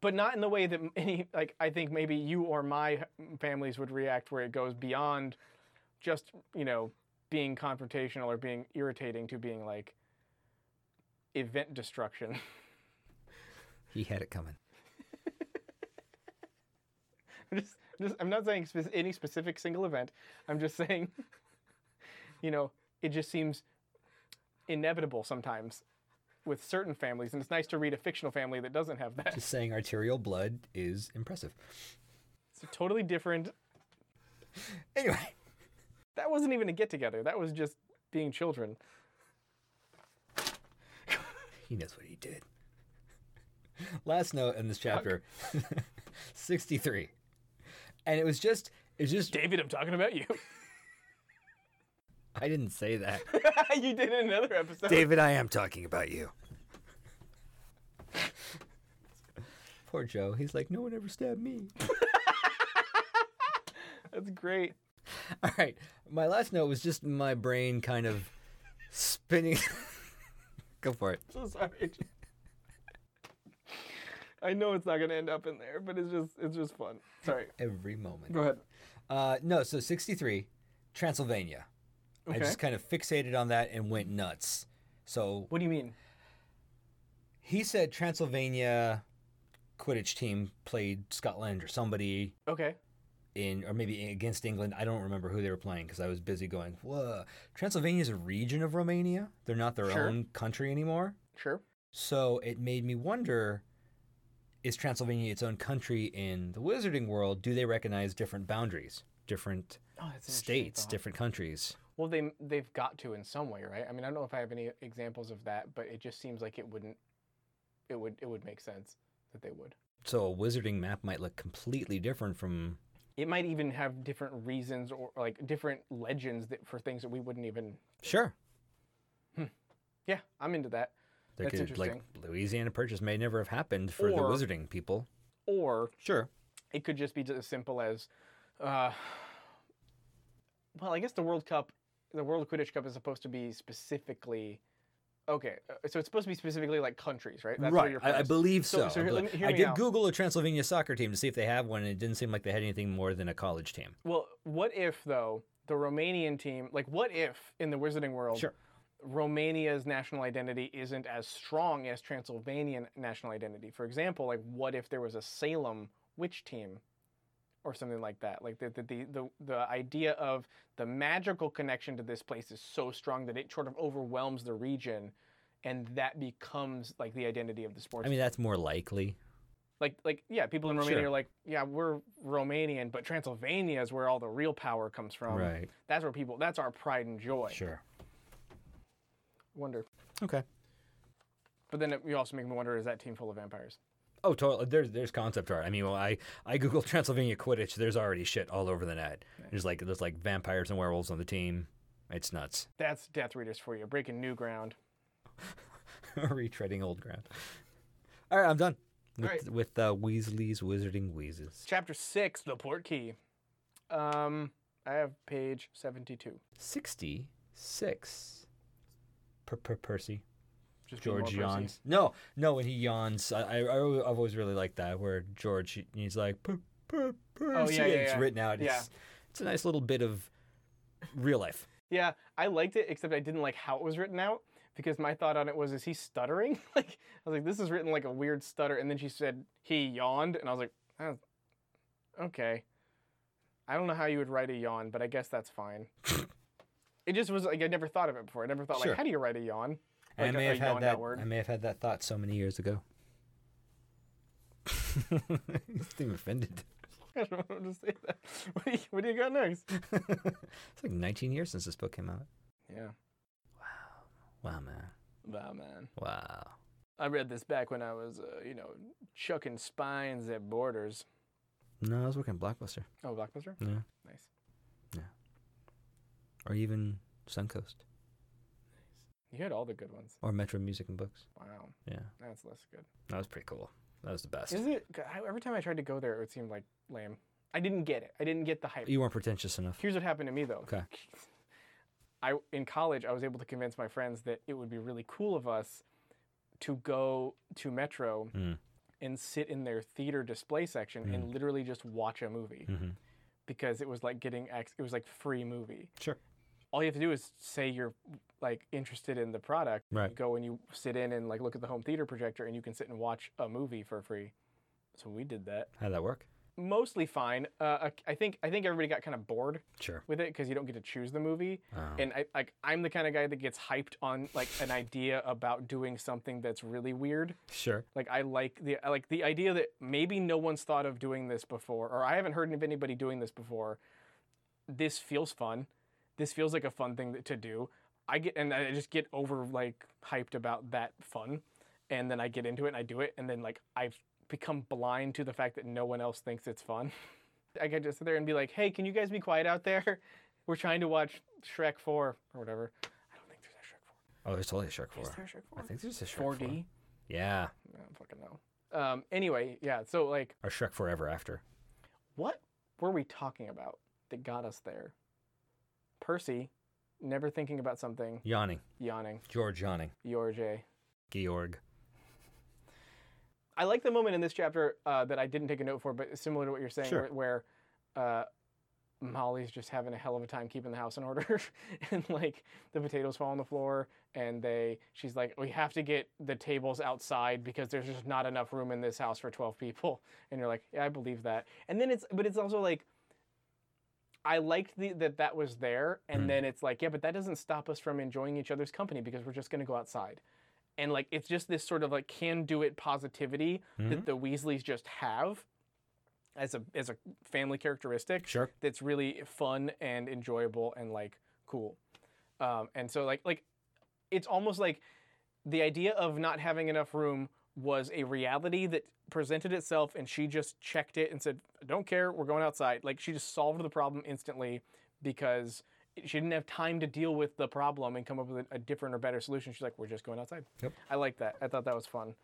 Speaker 1: But not in the way that m- any, like, I think maybe you or my families would react, where it goes beyond just, you know, being confrontational or being irritating to being like event destruction.
Speaker 2: he had it coming.
Speaker 1: I'm, just, just, I'm not saying spec- any specific single event. I'm just saying, you know, it just seems inevitable sometimes with certain families. And it's nice to read a fictional family that doesn't have that.
Speaker 2: Just saying arterial blood is impressive.
Speaker 1: It's totally different
Speaker 2: Anyway,
Speaker 1: That wasn't even a get together. That was just being children.
Speaker 2: He knows what he did. Last note in this chapter, sixty-three, and it was just it was just
Speaker 1: David, I'm talking about you.
Speaker 2: I didn't say that.
Speaker 1: you did in another episode.
Speaker 2: David, I am talking about you. Poor Joe. He's like, no one ever stabbed me.
Speaker 1: That's great.
Speaker 2: All right. My last note was just my brain kind of spinning. Go for it.
Speaker 1: So sorry. I know it's not going to end up in there, but it's just it's just fun. Sorry.
Speaker 2: Every moment.
Speaker 1: Go ahead.
Speaker 2: Uh, no, so 63, Transylvania. I
Speaker 1: Okay.
Speaker 2: just kind of fixated on that and went nuts. So
Speaker 1: What do you mean?
Speaker 2: he said Transylvania Quidditch team played Scotland or somebody
Speaker 1: Okay.
Speaker 2: in or maybe against England. I don't remember who they were playing because I was busy going. Whoa, Transylvania is a region of Romania. They're not their
Speaker 1: Sure.
Speaker 2: own country anymore.
Speaker 1: Sure.
Speaker 2: So it made me wonder: Is Transylvania its own country in the Wizarding world? Do they recognize different boundaries, different
Speaker 1: Oh, that's an interesting
Speaker 2: states,
Speaker 1: thought.
Speaker 2: different countries?
Speaker 1: Well, they they've got to in some way, right? I mean, I don't know if I have any examples of that, but it just seems like it wouldn't. It would it would make sense that they would.
Speaker 2: So a Wizarding map might look completely different from
Speaker 1: It might even have different reasons or like different legends that for things that we wouldn't even.
Speaker 2: sure.
Speaker 1: Yeah, I'm into that.
Speaker 2: There
Speaker 1: That's
Speaker 2: could, like Louisiana Purchase may never have happened for the
Speaker 1: Or-
Speaker 2: Wizarding people.
Speaker 1: Or
Speaker 2: Sure.
Speaker 1: it could just be as simple as, uh, well, I guess the World Cup, the World Quidditch Cup is supposed to be specifically, okay, uh, so it's supposed to be specifically like countries, right? where
Speaker 2: right. I, I
Speaker 1: premise-
Speaker 2: believe
Speaker 1: So-
Speaker 2: so.
Speaker 1: so
Speaker 2: I,
Speaker 1: here- let
Speaker 2: believe-
Speaker 1: me- hear
Speaker 2: I
Speaker 1: me
Speaker 2: did
Speaker 1: out.
Speaker 2: Google a Transylvania soccer team to see if they have one, and it didn't seem like they had anything more than a college team.
Speaker 1: Well, what if though the Romanian team, like, what if in the Wizarding world,
Speaker 2: Sure.
Speaker 1: Romania's national identity isn't as strong as Transylvanian national identity? For example, like, what if there was a Salem witch team? Or something like that. Like the, the, the, the, the idea of the magical connection to this place is so strong that it sort of overwhelms the region and that becomes like the identity of the sports.
Speaker 2: I mean, that's more likely.
Speaker 1: Like, like, yeah, people in Romania
Speaker 2: Sure.
Speaker 1: are like, yeah, we're Romanian, but Transylvania is where all the real power comes from.
Speaker 2: Right.
Speaker 1: That's where people. That's our pride and joy.
Speaker 2: Sure.
Speaker 1: Wonder.
Speaker 2: Okay.
Speaker 1: But then it, you also make me wonder: is that team full of vampires?
Speaker 2: Oh, totally. There's there's concept art. I mean, well, I I Googled Transylvania Quidditch. There's already shit all over the net. There's like there's like vampires and werewolves on the team. It's nuts.
Speaker 1: That's Death Readers for you, breaking new ground.
Speaker 2: Retreading old ground. All right, I'm done with
Speaker 1: right.
Speaker 2: with uh, Weasley's Wizarding Wheezes.
Speaker 1: Chapter six: The Port Key. Um, I have page seventy-two.
Speaker 2: Sixty six. Per per Percy.
Speaker 1: Just be more
Speaker 2: George
Speaker 1: Percy.
Speaker 2: yawns. No, no, when he yawns, I, I, I always- I've always really liked that where George he's like, "Per- per- Percy,"
Speaker 1: Oh, yeah,
Speaker 2: and
Speaker 1: yeah,
Speaker 2: it's
Speaker 1: yeah.
Speaker 2: written out.
Speaker 1: Yeah.
Speaker 2: It's, it's a nice little bit of real life.
Speaker 1: Yeah, I liked it, except I didn't like how it was written out because my thought on it was, is he stuttering? like, I was like, this is written like a weird stutter. And then she said he yawned, and I was like, oh, okay. I don't know how you would write a yawn, but I guess that's fine. it just was like I never thought of it before. I never thought
Speaker 2: Sure.
Speaker 1: like, how do you write a yawn?
Speaker 2: And
Speaker 1: Like
Speaker 2: I may
Speaker 1: a- a
Speaker 2: have had
Speaker 1: yawned
Speaker 2: that.
Speaker 1: out word.
Speaker 2: I may have had that thought so many years ago. He's offended.
Speaker 1: I don't know how to say that. What do you, what do you got next?
Speaker 2: it's like 19 years since this book came out.
Speaker 1: Yeah.
Speaker 2: Wow, man.
Speaker 1: Wow, man.
Speaker 2: Wow.
Speaker 1: I read this back when I was, uh, you know, chucking spines at borders.
Speaker 2: No, I was working at Blockbuster.
Speaker 1: Oh, Blockbuster?
Speaker 2: Yeah.
Speaker 1: Nice.
Speaker 2: Or even Suncoast
Speaker 1: You had all the good ones.
Speaker 2: or Metro Music and Books.
Speaker 1: Wow.
Speaker 2: Yeah.
Speaker 1: That's less good.
Speaker 2: That was pretty cool. That was the best.
Speaker 1: Is it? God, I- Every time I tried to go there, it seemed like lame. I didn't get it. I didn't get the hype.
Speaker 2: You weren't pretentious enough.
Speaker 1: Here's what happened to me though.
Speaker 2: Okay.
Speaker 1: I in college, I was able to convince my friends that it would be really cool of us to go to Metro
Speaker 2: Mm.
Speaker 1: and sit in their theater display section and literally just watch a movie
Speaker 2: Mhm.
Speaker 1: because it was like getting ex- it was like free movie.
Speaker 2: Sure.
Speaker 1: All you have to do is say you're like interested in the product.
Speaker 2: Right.
Speaker 1: You go and you sit in and like look at the home theater projector and you can sit and watch a movie for free. So we did that.
Speaker 2: How'd that work?
Speaker 1: mostly fine. Uh, I- I think I think everybody got kind of bored
Speaker 2: Sure.
Speaker 1: with it because you don't get to choose the movie.
Speaker 2: Oh.
Speaker 1: And I like I'm the kind of guy that gets hyped on like an idea about doing something that's really weird.
Speaker 2: Sure.
Speaker 1: Like I like the I like the idea that maybe no one's thought of doing this before, or I haven't heard of anybody doing this before. This feels fun. This feels like a fun thing to do. I get and I just get over like hyped about that fun. and then I get into it and I do it, and then like I've become blind to the fact that no one else thinks it's fun. I could just sit there and be like, "Hey, can you guys be quiet out there? We're trying to watch Shrek 4 or whatever." I don't think there's a Shrek 4.
Speaker 2: Oh, there's totally a Shark 4.
Speaker 1: Is there a Shrek 4?
Speaker 2: I think there's a Shrek 4.
Speaker 1: 4D? I
Speaker 2: Yeah.
Speaker 1: don't fucking know. Um, anyway, yeah. So like,
Speaker 2: Or Shrek Forever After.
Speaker 1: what were we talking about that got us there? Percy, never thinking about something,
Speaker 2: Yawning.
Speaker 1: yawning.
Speaker 2: George yawning.
Speaker 1: Your Jay.
Speaker 2: Georg.
Speaker 1: I like the moment in this chapter uh, that I didn't take a note for, but it's similar to what you're saying,
Speaker 2: Sure.
Speaker 1: where, where uh, Molly's just having a hell of a time keeping the house in order, and like the potatoes fall on the floor, and they, she's like, we have to get the tables outside because there's just not enough room in this house for 12 people, and you're like, yeah, I believe that, and then it's, but it's also like. I liked the, that that was there, and then it's like, yeah, but that doesn't stop us from enjoying each other's company because we're just going to go outside and like it's just this sort of like can do it positivity
Speaker 2: Mm-hmm.
Speaker 1: that the Weasleys just have as a as a family characteristic
Speaker 2: Sure.
Speaker 1: that's really fun and enjoyable and like cool. Um, and so like like it's almost like the idea of not having enough room was a reality that presented itself and she just checked it and said "I don't care we're going outside like she just solved the problem instantly because she didn't have time to deal with the problem and come up with a, a different or better solution she's like we're just going outside
Speaker 2: Yep.
Speaker 1: i like that i thought that was fun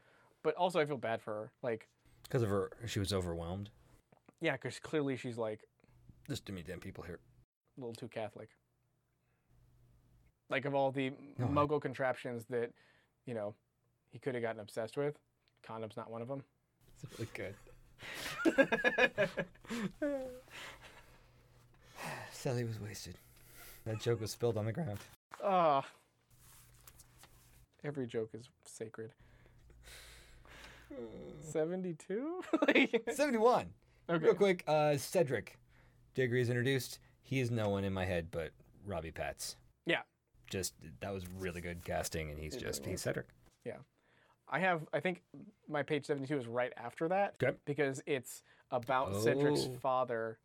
Speaker 1: but also i feel bad for her like
Speaker 2: Because of her, she was overwhelmed.
Speaker 1: yeah because clearly she's like
Speaker 2: There's too many damn people here.
Speaker 1: a little too Catholic. Like of all the
Speaker 2: No, I-
Speaker 1: Muggle contraptions that, you know, he could have gotten obsessed with, condom's not one of them.
Speaker 2: It's really good. Sally was wasted. That joke was spilled on the ground.
Speaker 1: Ah. Every joke is sacred. 72? Like,
Speaker 2: 71.
Speaker 1: Okay.
Speaker 2: Real quick, uh, Cedric Diggory is introduced. He is no one in my head but Robbie Pats.
Speaker 1: Yeah.
Speaker 2: Just, that was really good casting, and he's just, he's Cedric.
Speaker 1: I have, I think my page 72 is right after that
Speaker 2: Okay.
Speaker 1: because it's about Cedric's
Speaker 2: Oh.
Speaker 1: father.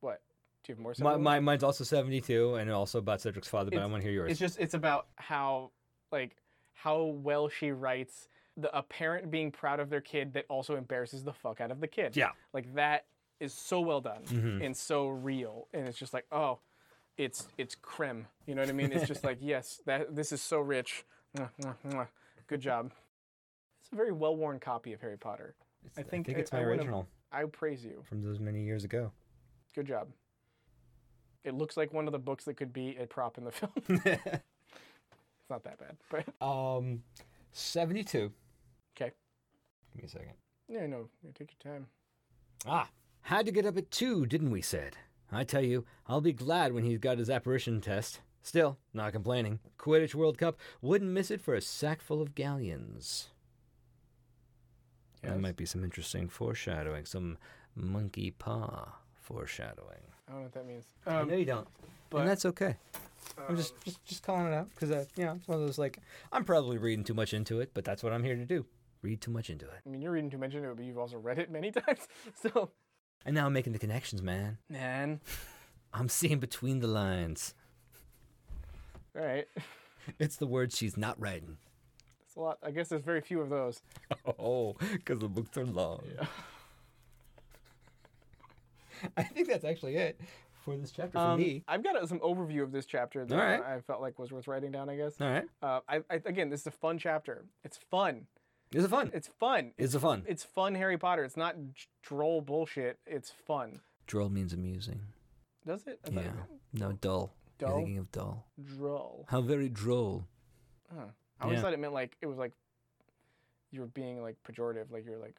Speaker 1: What? Do you have more?
Speaker 2: My,
Speaker 1: Cedric?
Speaker 2: my, mine's also 72 and also about Cedric's father, but I want to hear yours.
Speaker 1: It's just it's about how like how well she writes the a parent being proud of their kid that also embarrasses the fuck out of the kid.
Speaker 2: Yeah.
Speaker 1: Like that is so well done and so real and it's just like, oh, it's it's creme. You know what I mean? It's just like, yes, that this is so rich. Mwah, mwah, mwah. Good job. It's a very well-worn copy of Harry Potter. I
Speaker 2: I
Speaker 1: think
Speaker 2: think it's my
Speaker 1: I would've-
Speaker 2: original
Speaker 1: I praise you.
Speaker 2: from those many years ago.
Speaker 1: Good job. It looks like one of the books that could be a prop in the film. it's not that bad, but
Speaker 2: Um, 72.
Speaker 1: 'Kay.
Speaker 2: Give me a second.
Speaker 1: Yeah, no, yeah, take your time.
Speaker 2: Ah, had to get up at two, didn't we, said? I tell you, I'll be glad when he's got his apparition test. Still, not complaining. Quidditch World Cup, wouldn't miss it for a sack full of galleons. There
Speaker 1: Yes.
Speaker 2: might be some interesting foreshadowing, some monkey paw foreshadowing.
Speaker 1: I don't know what that means.
Speaker 2: I
Speaker 1: Um,
Speaker 2: know you don't,
Speaker 1: but- um,
Speaker 2: and that's okay. I'm just, just just calling it out because uh, you know it's one of those like I'm probably reading too much into it, but that's what I'm here to do: read too much into it.
Speaker 1: uh, I mean, you're reading too much into it, but you've also read it many times. So,
Speaker 2: And now I'm making the connections, man.
Speaker 1: man,
Speaker 2: I'm seeing between the lines.
Speaker 1: all right,
Speaker 2: It's the word she's not writing.
Speaker 1: it's a lot. I guess there's very few of those.
Speaker 2: Oh, because the books are long. I think that's actually it for this chapter for
Speaker 1: Um,
Speaker 2: me.
Speaker 1: I've got uh, some overview of this chapter that
Speaker 2: All right.
Speaker 1: I felt like was worth writing down. I guess.
Speaker 2: All right.
Speaker 1: Uh, I, I again, this is a fun chapter. It's fun.
Speaker 2: It's a fun.
Speaker 1: It's fun.
Speaker 2: It's a fun.
Speaker 1: It's fun Harry Potter. It's not j- droll bullshit. It's fun.
Speaker 2: Droll means amusing.
Speaker 1: Does it? I thought
Speaker 2: Yeah.
Speaker 1: it
Speaker 2: No, dull.
Speaker 1: Dull?
Speaker 2: You're thinking of dull.
Speaker 1: was Droll.
Speaker 2: How very droll.
Speaker 1: I always
Speaker 2: Yeah.
Speaker 1: thought it meant like it was like you were being like pejorative, like you were like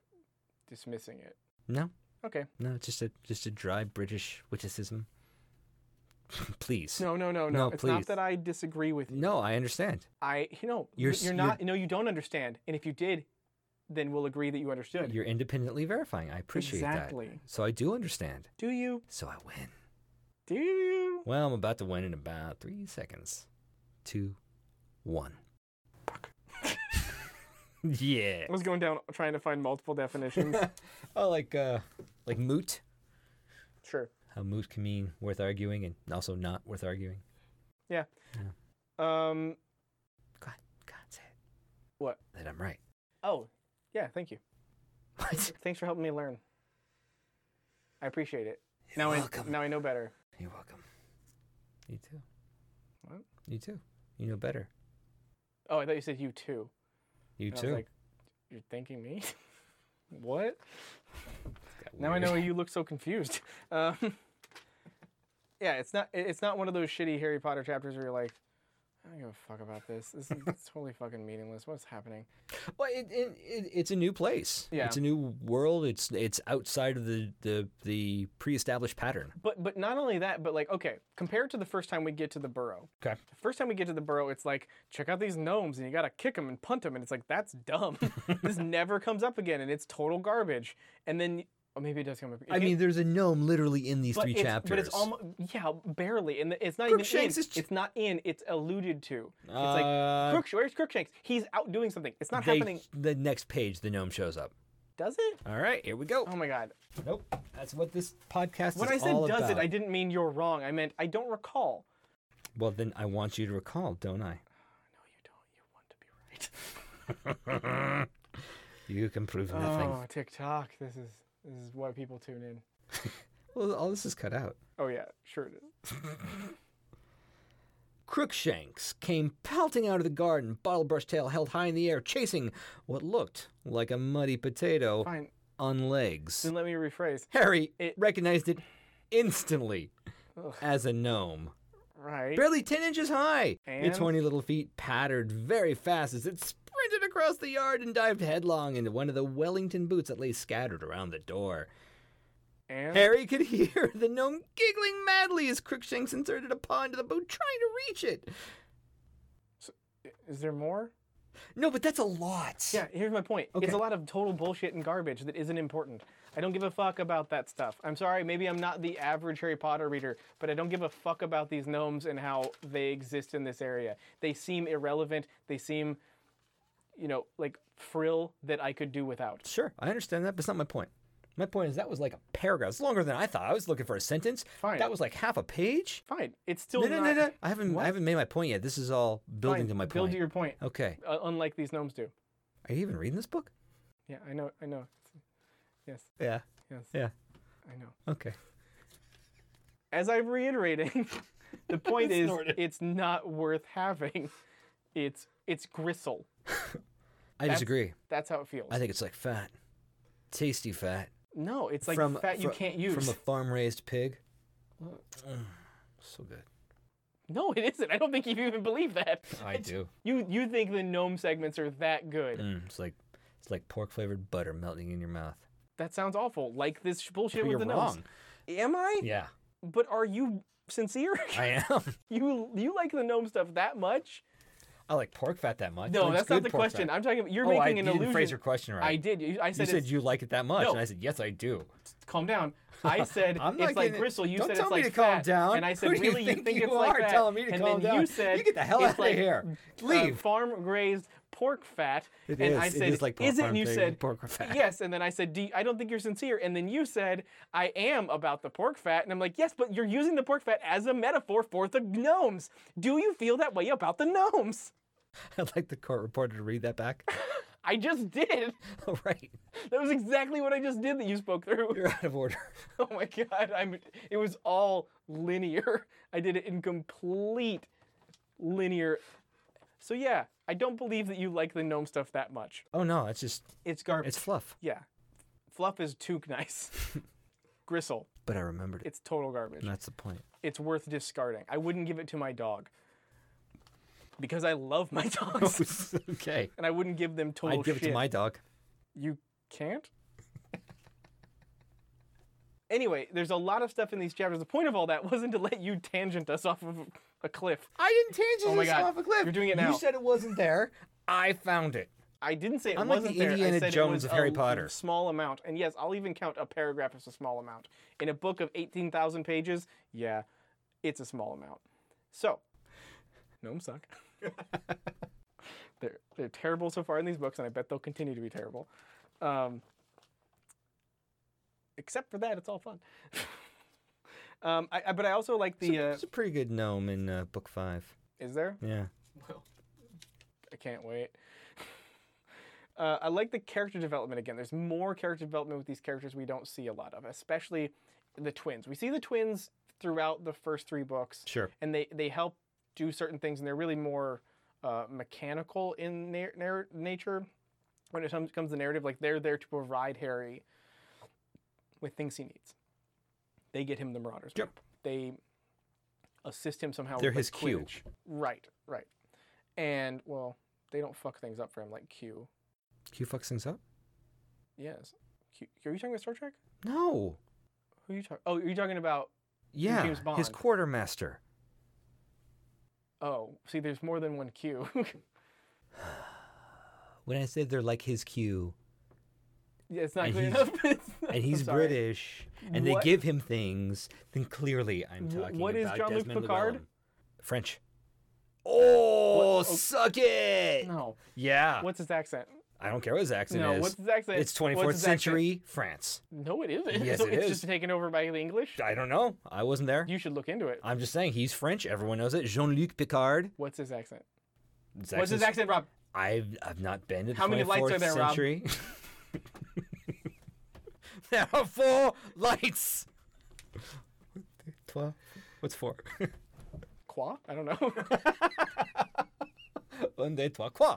Speaker 1: dismissing it.
Speaker 2: No,
Speaker 1: Okay.
Speaker 2: no, it's just a just a dry British witticism. Please.
Speaker 1: No, no, no,
Speaker 2: No,
Speaker 1: no. it's not
Speaker 2: please.
Speaker 1: that I disagree with you.
Speaker 2: No, I understand.
Speaker 1: I, you know,
Speaker 2: You're
Speaker 1: you're,
Speaker 2: s-
Speaker 1: you're not. No, you don't understand. And if you did, then we'll agree that you understood.
Speaker 2: You're independently verifying. I appreciate
Speaker 1: Exactly.
Speaker 2: that. So I do understand.
Speaker 1: Do you?
Speaker 2: So I win.
Speaker 1: Do you?
Speaker 2: Well, I'm about to win in about three seconds. Two, one. yeah.
Speaker 1: I was going down trying to find multiple definitions.
Speaker 2: oh, like uh, like moot.
Speaker 1: sure.
Speaker 2: How moot can mean worth arguing and also not worth arguing.
Speaker 1: Yeah.
Speaker 2: Yeah.
Speaker 1: Um.
Speaker 2: God, God said
Speaker 1: What?
Speaker 2: that I'm right.
Speaker 1: Oh, yeah, thank you. Thanks for helping me learn. I appreciate it. now
Speaker 2: welcome.
Speaker 1: I now I know better.
Speaker 2: You're welcome. You too.
Speaker 1: What?
Speaker 2: You too. You know better.
Speaker 1: Oh, I thought you said you too.
Speaker 2: You
Speaker 1: And I
Speaker 2: too.
Speaker 1: was like, you're thanking me? what? Now I know why you look so confused. Um, yeah, it's not it- it's not one of those shitty Harry Potter chapters where you're like, I don't give a fuck about this. This is it's totally fucking meaningless. What's happening?
Speaker 2: Well, it, it, it, it's a new place.
Speaker 1: Yeah.
Speaker 2: It's a new world. It's it's outside of the the, the pre-established pattern.
Speaker 1: But but not only that, but like okay, compared to the first time we get to the burrow,
Speaker 2: Okay.
Speaker 1: the first time we get to the burrow, it's like check out these gnomes and you gotta kick them and punt them, and it's like that's dumb. this never comes up again, and it's total garbage. And then oh, maybe it does come up.
Speaker 2: I mean, there's a gnome literally in these
Speaker 1: but
Speaker 2: three
Speaker 1: it's,
Speaker 2: chapters.
Speaker 1: But it's almost yeah, barely, and it's not even in.
Speaker 2: Crookshanks is ch-
Speaker 1: it's not in. It's alluded to. It's
Speaker 2: Uh,
Speaker 1: like Crooks, where's Crookshanks? He's out doing something. It's not
Speaker 2: They-
Speaker 1: happening.
Speaker 2: The next page, the gnome shows up.
Speaker 1: Does it?
Speaker 2: All right, here we go.
Speaker 1: Oh my god.
Speaker 2: Nope, that's what this podcast
Speaker 1: When
Speaker 2: is
Speaker 1: I said
Speaker 2: all
Speaker 1: does
Speaker 2: about.
Speaker 1: it, I didn't mean you're wrong. I meant I don't recall.
Speaker 2: Well, then I want you to recall, don't I?
Speaker 1: No, you don't. You want to be right.
Speaker 2: You can prove nothing.
Speaker 1: Oh, TikTok. This is this is why people tune in.
Speaker 2: Well, all this is cut out.
Speaker 1: Oh yeah, sure it is.
Speaker 2: Crookshanks came pelting out of the garden, bottle brush tail held high in the air, chasing what looked like a muddy potato
Speaker 1: Fine.
Speaker 2: on legs.
Speaker 1: Then let me rephrase.
Speaker 2: Harry
Speaker 1: It-
Speaker 2: recognized it instantly as a gnome.
Speaker 1: Right.
Speaker 2: Barely 10 inches high,
Speaker 1: And?
Speaker 2: its horny little feet pattered very fast as it sprinted across the yard and dived headlong into one of the Wellington boots that lay scattered around the door.
Speaker 1: And
Speaker 2: Harry could hear the gnome giggling madly as Crookshanks inserted a paw into the boot, trying to reach it.
Speaker 1: is there more?
Speaker 2: No, but that's a lot.
Speaker 1: Yeah, here's my point.
Speaker 2: Okay.
Speaker 1: It's a lot of total bullshit and garbage that isn't important. I don't give a fuck about that stuff. I'm sorry, maybe I'm not the average Harry Potter reader, but I don't give a fuck about these gnomes and how they exist in this area. They seem irrelevant. They seem, you know, like frill that I could do without.
Speaker 2: Sure, I understand that, but it's not my point. My point is that was like a paragraph. It's longer than I thought. I was looking for a sentence.
Speaker 1: Fine.
Speaker 2: That was like half a page.
Speaker 1: Fine. It's still
Speaker 2: No, no,
Speaker 1: not
Speaker 2: no, no. I haven't. I haven't made my point yet. This is all building
Speaker 1: Fine,
Speaker 2: to my
Speaker 1: Build
Speaker 2: point.
Speaker 1: to your point.
Speaker 2: Okay.
Speaker 1: Uh, unlike these gnomes do.
Speaker 2: Are you even reading this book?
Speaker 1: Yeah, I know. I know. Yes.
Speaker 2: Yeah.
Speaker 1: Yes.
Speaker 2: Yeah.
Speaker 1: I know.
Speaker 2: Okay.
Speaker 1: as I'm reiterating, the point is
Speaker 2: Snorted.
Speaker 1: it's not worth having. It's it's gristle.
Speaker 2: I disagree.
Speaker 1: That's how it feels.
Speaker 2: I think it's like fat, tasty fat
Speaker 1: no, it's like fat you
Speaker 2: fro-
Speaker 1: can't use.
Speaker 2: from a farm-raised pig. Mm, so good.
Speaker 1: No, it isn't. I don't think you even believe that.
Speaker 2: I do.
Speaker 1: You you think the gnome segments are that good?
Speaker 2: Mm, it's like it's like pork-flavored butter melting in your mouth.
Speaker 1: That sounds awful. Like this sh- bullshit
Speaker 2: You're
Speaker 1: with the
Speaker 2: wrong.
Speaker 1: gnomes. Am I?
Speaker 2: Yeah,
Speaker 1: But are you sincere?
Speaker 2: I am.
Speaker 1: you you like the gnome stuff that much?
Speaker 2: I like pork fat that much.
Speaker 1: No,
Speaker 2: It's
Speaker 1: that's not
Speaker 2: good
Speaker 1: the
Speaker 2: pork fat.
Speaker 1: question. I'm talking. You're
Speaker 2: oh,
Speaker 1: making
Speaker 2: I,
Speaker 1: an
Speaker 2: you
Speaker 1: illusion.
Speaker 2: didn't phrase your question right.
Speaker 1: I did. You- I
Speaker 2: You
Speaker 1: said,
Speaker 2: said
Speaker 1: it's,
Speaker 2: you like it that much,
Speaker 1: No.
Speaker 2: and I said yes, I do.
Speaker 1: calm down. I said
Speaker 2: I'm not
Speaker 1: it's like
Speaker 2: getting-
Speaker 1: gristle. You
Speaker 2: don't
Speaker 1: said
Speaker 2: tell
Speaker 1: it's
Speaker 2: me
Speaker 1: like
Speaker 2: to calm
Speaker 1: fat.
Speaker 2: down.
Speaker 1: And I said,
Speaker 2: Who do you
Speaker 1: really,
Speaker 2: think,
Speaker 1: think
Speaker 2: you
Speaker 1: it's
Speaker 2: are
Speaker 1: like that?
Speaker 2: telling me to
Speaker 1: and
Speaker 2: calm
Speaker 1: then
Speaker 2: down?
Speaker 1: you said,
Speaker 2: you get the hell
Speaker 1: it's
Speaker 2: out
Speaker 1: like
Speaker 2: of here.
Speaker 1: uh,
Speaker 2: Leave.
Speaker 1: farm-raised pork fat.
Speaker 2: It
Speaker 1: and
Speaker 2: is.
Speaker 1: I
Speaker 2: It
Speaker 1: said,
Speaker 2: is like pork
Speaker 1: is it? And you
Speaker 2: farm-raised
Speaker 1: said,
Speaker 2: pork fat.
Speaker 1: yes. And then I said, do you- I don't think you're sincere. And then you said, I am about the pork fat. And I'm like, yes, but you're using the pork fat as a metaphor for the gnomes. Do you feel that way about the gnomes?
Speaker 2: I'd like the court reporter to read that back.
Speaker 1: I just did.
Speaker 2: All right,
Speaker 1: That was exactly what I just did that you spoke through.
Speaker 2: you're out of order.
Speaker 1: Oh my god, I'm it was all linear. I did it in complete linear. So yeah, I don't believe that you like the gnome stuff that much.
Speaker 2: Oh no, it's just
Speaker 1: It's garbage.
Speaker 2: it's fluff.
Speaker 1: yeah. Fluff is too nice. Gristle,
Speaker 2: But I remembered it.
Speaker 1: it's total garbage.
Speaker 2: And that's the point.
Speaker 1: It's worth discarding. I wouldn't give it to my dog. Because I love my dogs
Speaker 2: okay,
Speaker 1: and I wouldn't give them total
Speaker 2: I'd give
Speaker 1: Oh, shit.
Speaker 2: it to my dog.
Speaker 1: You can't? anyway, there's a lot of stuff in these chapters. The point of all that wasn't to let you tangent us off of a cliff.
Speaker 2: I didn't tangent
Speaker 1: Oh my this God. off a cliff. You're doing it now.
Speaker 2: You said it wasn't there. I found it.
Speaker 1: I didn't say it
Speaker 2: I'm like
Speaker 1: wasn't
Speaker 2: the
Speaker 1: there. I
Speaker 2: Indiana
Speaker 1: said
Speaker 2: Jones
Speaker 1: it was
Speaker 2: of Harry
Speaker 1: a
Speaker 2: Potter.
Speaker 1: small amount. And yes, I'll even count a paragraph as a small amount. In a book of 18,000 pages, yeah, it's a small amount. So, gnomes suck. they're, they're terrible so far in these books, and I bet they'll continue to be terrible. Um, except for that, it's all fun. um, I, I- but I also like the. Uh,
Speaker 2: It's a pretty good gnome in uh, book five.
Speaker 1: is there?
Speaker 2: Yeah.
Speaker 1: I can't wait. Uh, I like the character development again. There's more character development with these characters we don't see a lot of, especially the twins. We see the twins throughout the first three books,
Speaker 2: Sure.
Speaker 1: and they they help do certain things, and they're really more uh, mechanical in na- nar- nature when it comes comes to narrative. Like they're there to provide Harry with things he needs. They get him the Marauders.
Speaker 2: Yep.
Speaker 1: map. They assist him somehow.
Speaker 2: They're
Speaker 1: with,
Speaker 2: his
Speaker 1: like,
Speaker 2: cue.
Speaker 1: Quidditch. Right. Right. And well, they don't fuck things up for him like Q.
Speaker 2: Q fucks things up?
Speaker 1: Yes. Q, are you talking about Star Trek?
Speaker 2: No.
Speaker 1: Who are you talking? Oh, you're talking about.
Speaker 2: Yeah.
Speaker 1: James
Speaker 2: His
Speaker 1: Bond.
Speaker 2: quartermaster.
Speaker 1: Oh, see, there's more than one Q.
Speaker 2: When I say they're like his Q,
Speaker 1: yeah, it's not
Speaker 2: And
Speaker 1: clear
Speaker 2: he's-
Speaker 1: enough. It's- I'm
Speaker 2: and he's
Speaker 1: sorry.
Speaker 2: British, and
Speaker 1: What-
Speaker 2: they give him things, then clearly I'm
Speaker 1: Wh-
Speaker 2: talking
Speaker 1: what is
Speaker 2: about
Speaker 1: Jean-Luc
Speaker 2: Desmond
Speaker 1: Picard?
Speaker 2: Llewellyn. French. Oh,
Speaker 1: oh.
Speaker 2: suck it!
Speaker 1: No.
Speaker 2: Yeah.
Speaker 1: What's his accent?
Speaker 2: I don't care what his accent
Speaker 1: no.
Speaker 2: is.
Speaker 1: What's his accent?
Speaker 2: it's
Speaker 1: What's
Speaker 2: 24th
Speaker 1: his accent?
Speaker 2: century France.
Speaker 1: No, it isn't.
Speaker 2: Yes,
Speaker 1: So
Speaker 2: it
Speaker 1: it's
Speaker 2: is.
Speaker 1: just taken over by the English.
Speaker 2: I don't know. I wasn't there.
Speaker 1: You should look into it.
Speaker 2: I'm just saying he's French. Everyone knows it. Jean-Luc Picard.
Speaker 1: What's his accent?
Speaker 2: His
Speaker 1: What's his
Speaker 2: accent's-
Speaker 1: accent, Rob?
Speaker 2: I've I've not been to the
Speaker 1: How
Speaker 2: 24th
Speaker 1: many lights are there, Rob?
Speaker 2: century. there are four lights. Twelve. What's four?
Speaker 1: Qua? I don't know.
Speaker 2: Un, deux, trois, quoi?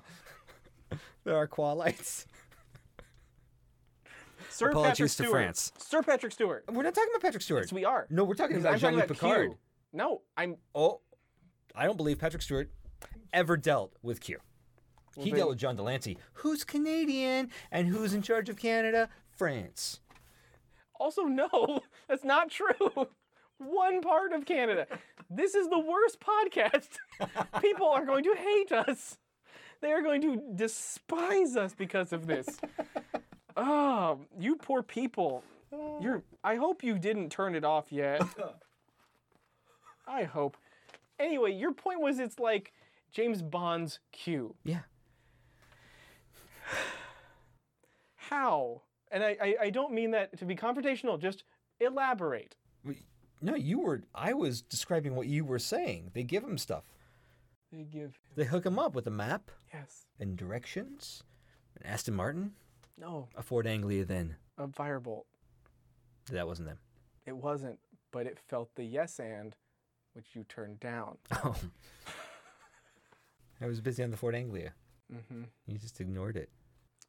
Speaker 2: There are qua lights.
Speaker 1: Sir
Speaker 2: Apologies
Speaker 1: Patrick
Speaker 2: to
Speaker 1: Stewart.
Speaker 2: France.
Speaker 1: Sir Patrick Stewart.
Speaker 2: We're not talking about Patrick Stewart.
Speaker 1: Yes, we are.
Speaker 2: No, we're talking
Speaker 1: Because
Speaker 2: about
Speaker 1: I'm talking
Speaker 2: Jean-Luc
Speaker 1: about
Speaker 2: Picard.
Speaker 1: Q. No, I'm.
Speaker 2: Oh, I don't believe Patrick Stewart ever dealt with Q. he
Speaker 1: then-
Speaker 2: dealt with John Delancey, who's Canadian and who's in charge of Canada, France.
Speaker 1: Also, no, that's not true. One part of Canada. This is the worst podcast. People are going to hate us. They are going to despise us because of this. Oh, you poor people. You're I hope you didn't turn it off yet. I hope. Anyway, your point was it's like James Bond's Q.
Speaker 2: Yeah.
Speaker 1: How? And I, I, I don't mean that to be confrontational, just elaborate.
Speaker 2: We- No, you were. I was describing what you were saying. They give him stuff.
Speaker 1: They give
Speaker 2: They hook him up with a map
Speaker 1: yes.
Speaker 2: and directions. An Aston Martin,
Speaker 1: No.
Speaker 2: a Ford Anglia. Then
Speaker 1: A firebolt.
Speaker 2: that wasn't them.
Speaker 1: It wasn't, but it felt the yes and, which you turned down.
Speaker 2: Oh. I was busy on the Ford Anglia.
Speaker 1: Mm-hmm.
Speaker 2: You just ignored it.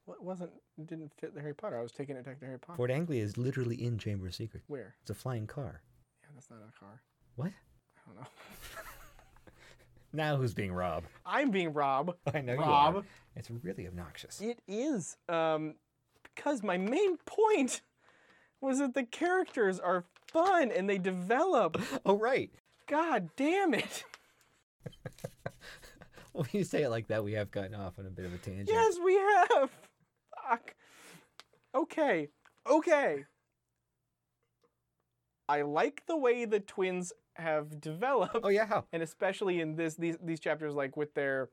Speaker 1: What wasn't it didn't fit the Harry Potter. I was taking it back to Harry Potter.
Speaker 2: Ford Anglia is literally in Chamber of Secrets.
Speaker 1: Where?
Speaker 2: It's a flying car.
Speaker 1: Yeah, that's not a car.
Speaker 2: What?
Speaker 1: I don't know.
Speaker 2: Now who's being Rob?
Speaker 1: I'm being Rob.
Speaker 2: I know
Speaker 1: Rob.
Speaker 2: you are. It's really obnoxious.
Speaker 1: It is. Um, because my main point was that the characters are fun and they develop.
Speaker 2: Oh right.
Speaker 1: God damn it.
Speaker 2: When you say it like that, we have gotten off on a bit of a tangent.
Speaker 1: Yes, we have. Fuck. Okay. Okay. I like the way the twins have developed.
Speaker 2: Oh yeah, how?
Speaker 1: and especially in this these these chapters like with their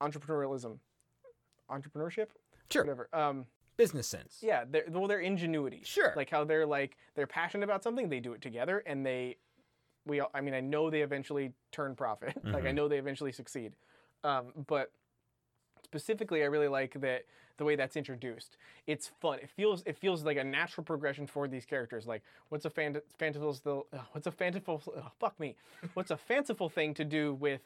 Speaker 1: entrepreneurialism entrepreneurship
Speaker 2: Sure.
Speaker 1: whatever um
Speaker 2: Business sense.
Speaker 1: yeah their well their ingenuity
Speaker 2: Sure.
Speaker 1: like how they're like they're passionate about something they do it together and they we all- i mean i know they eventually turn profit like i
Speaker 2: Mhm.
Speaker 1: know they eventually succeed um but specifically i really like that the way that's introduced it's fun it feels it feels like a natural progression for these characters like what's a fan, fanciful uh, what's a fanciful oh, fuck me what's a fanciful thing to do with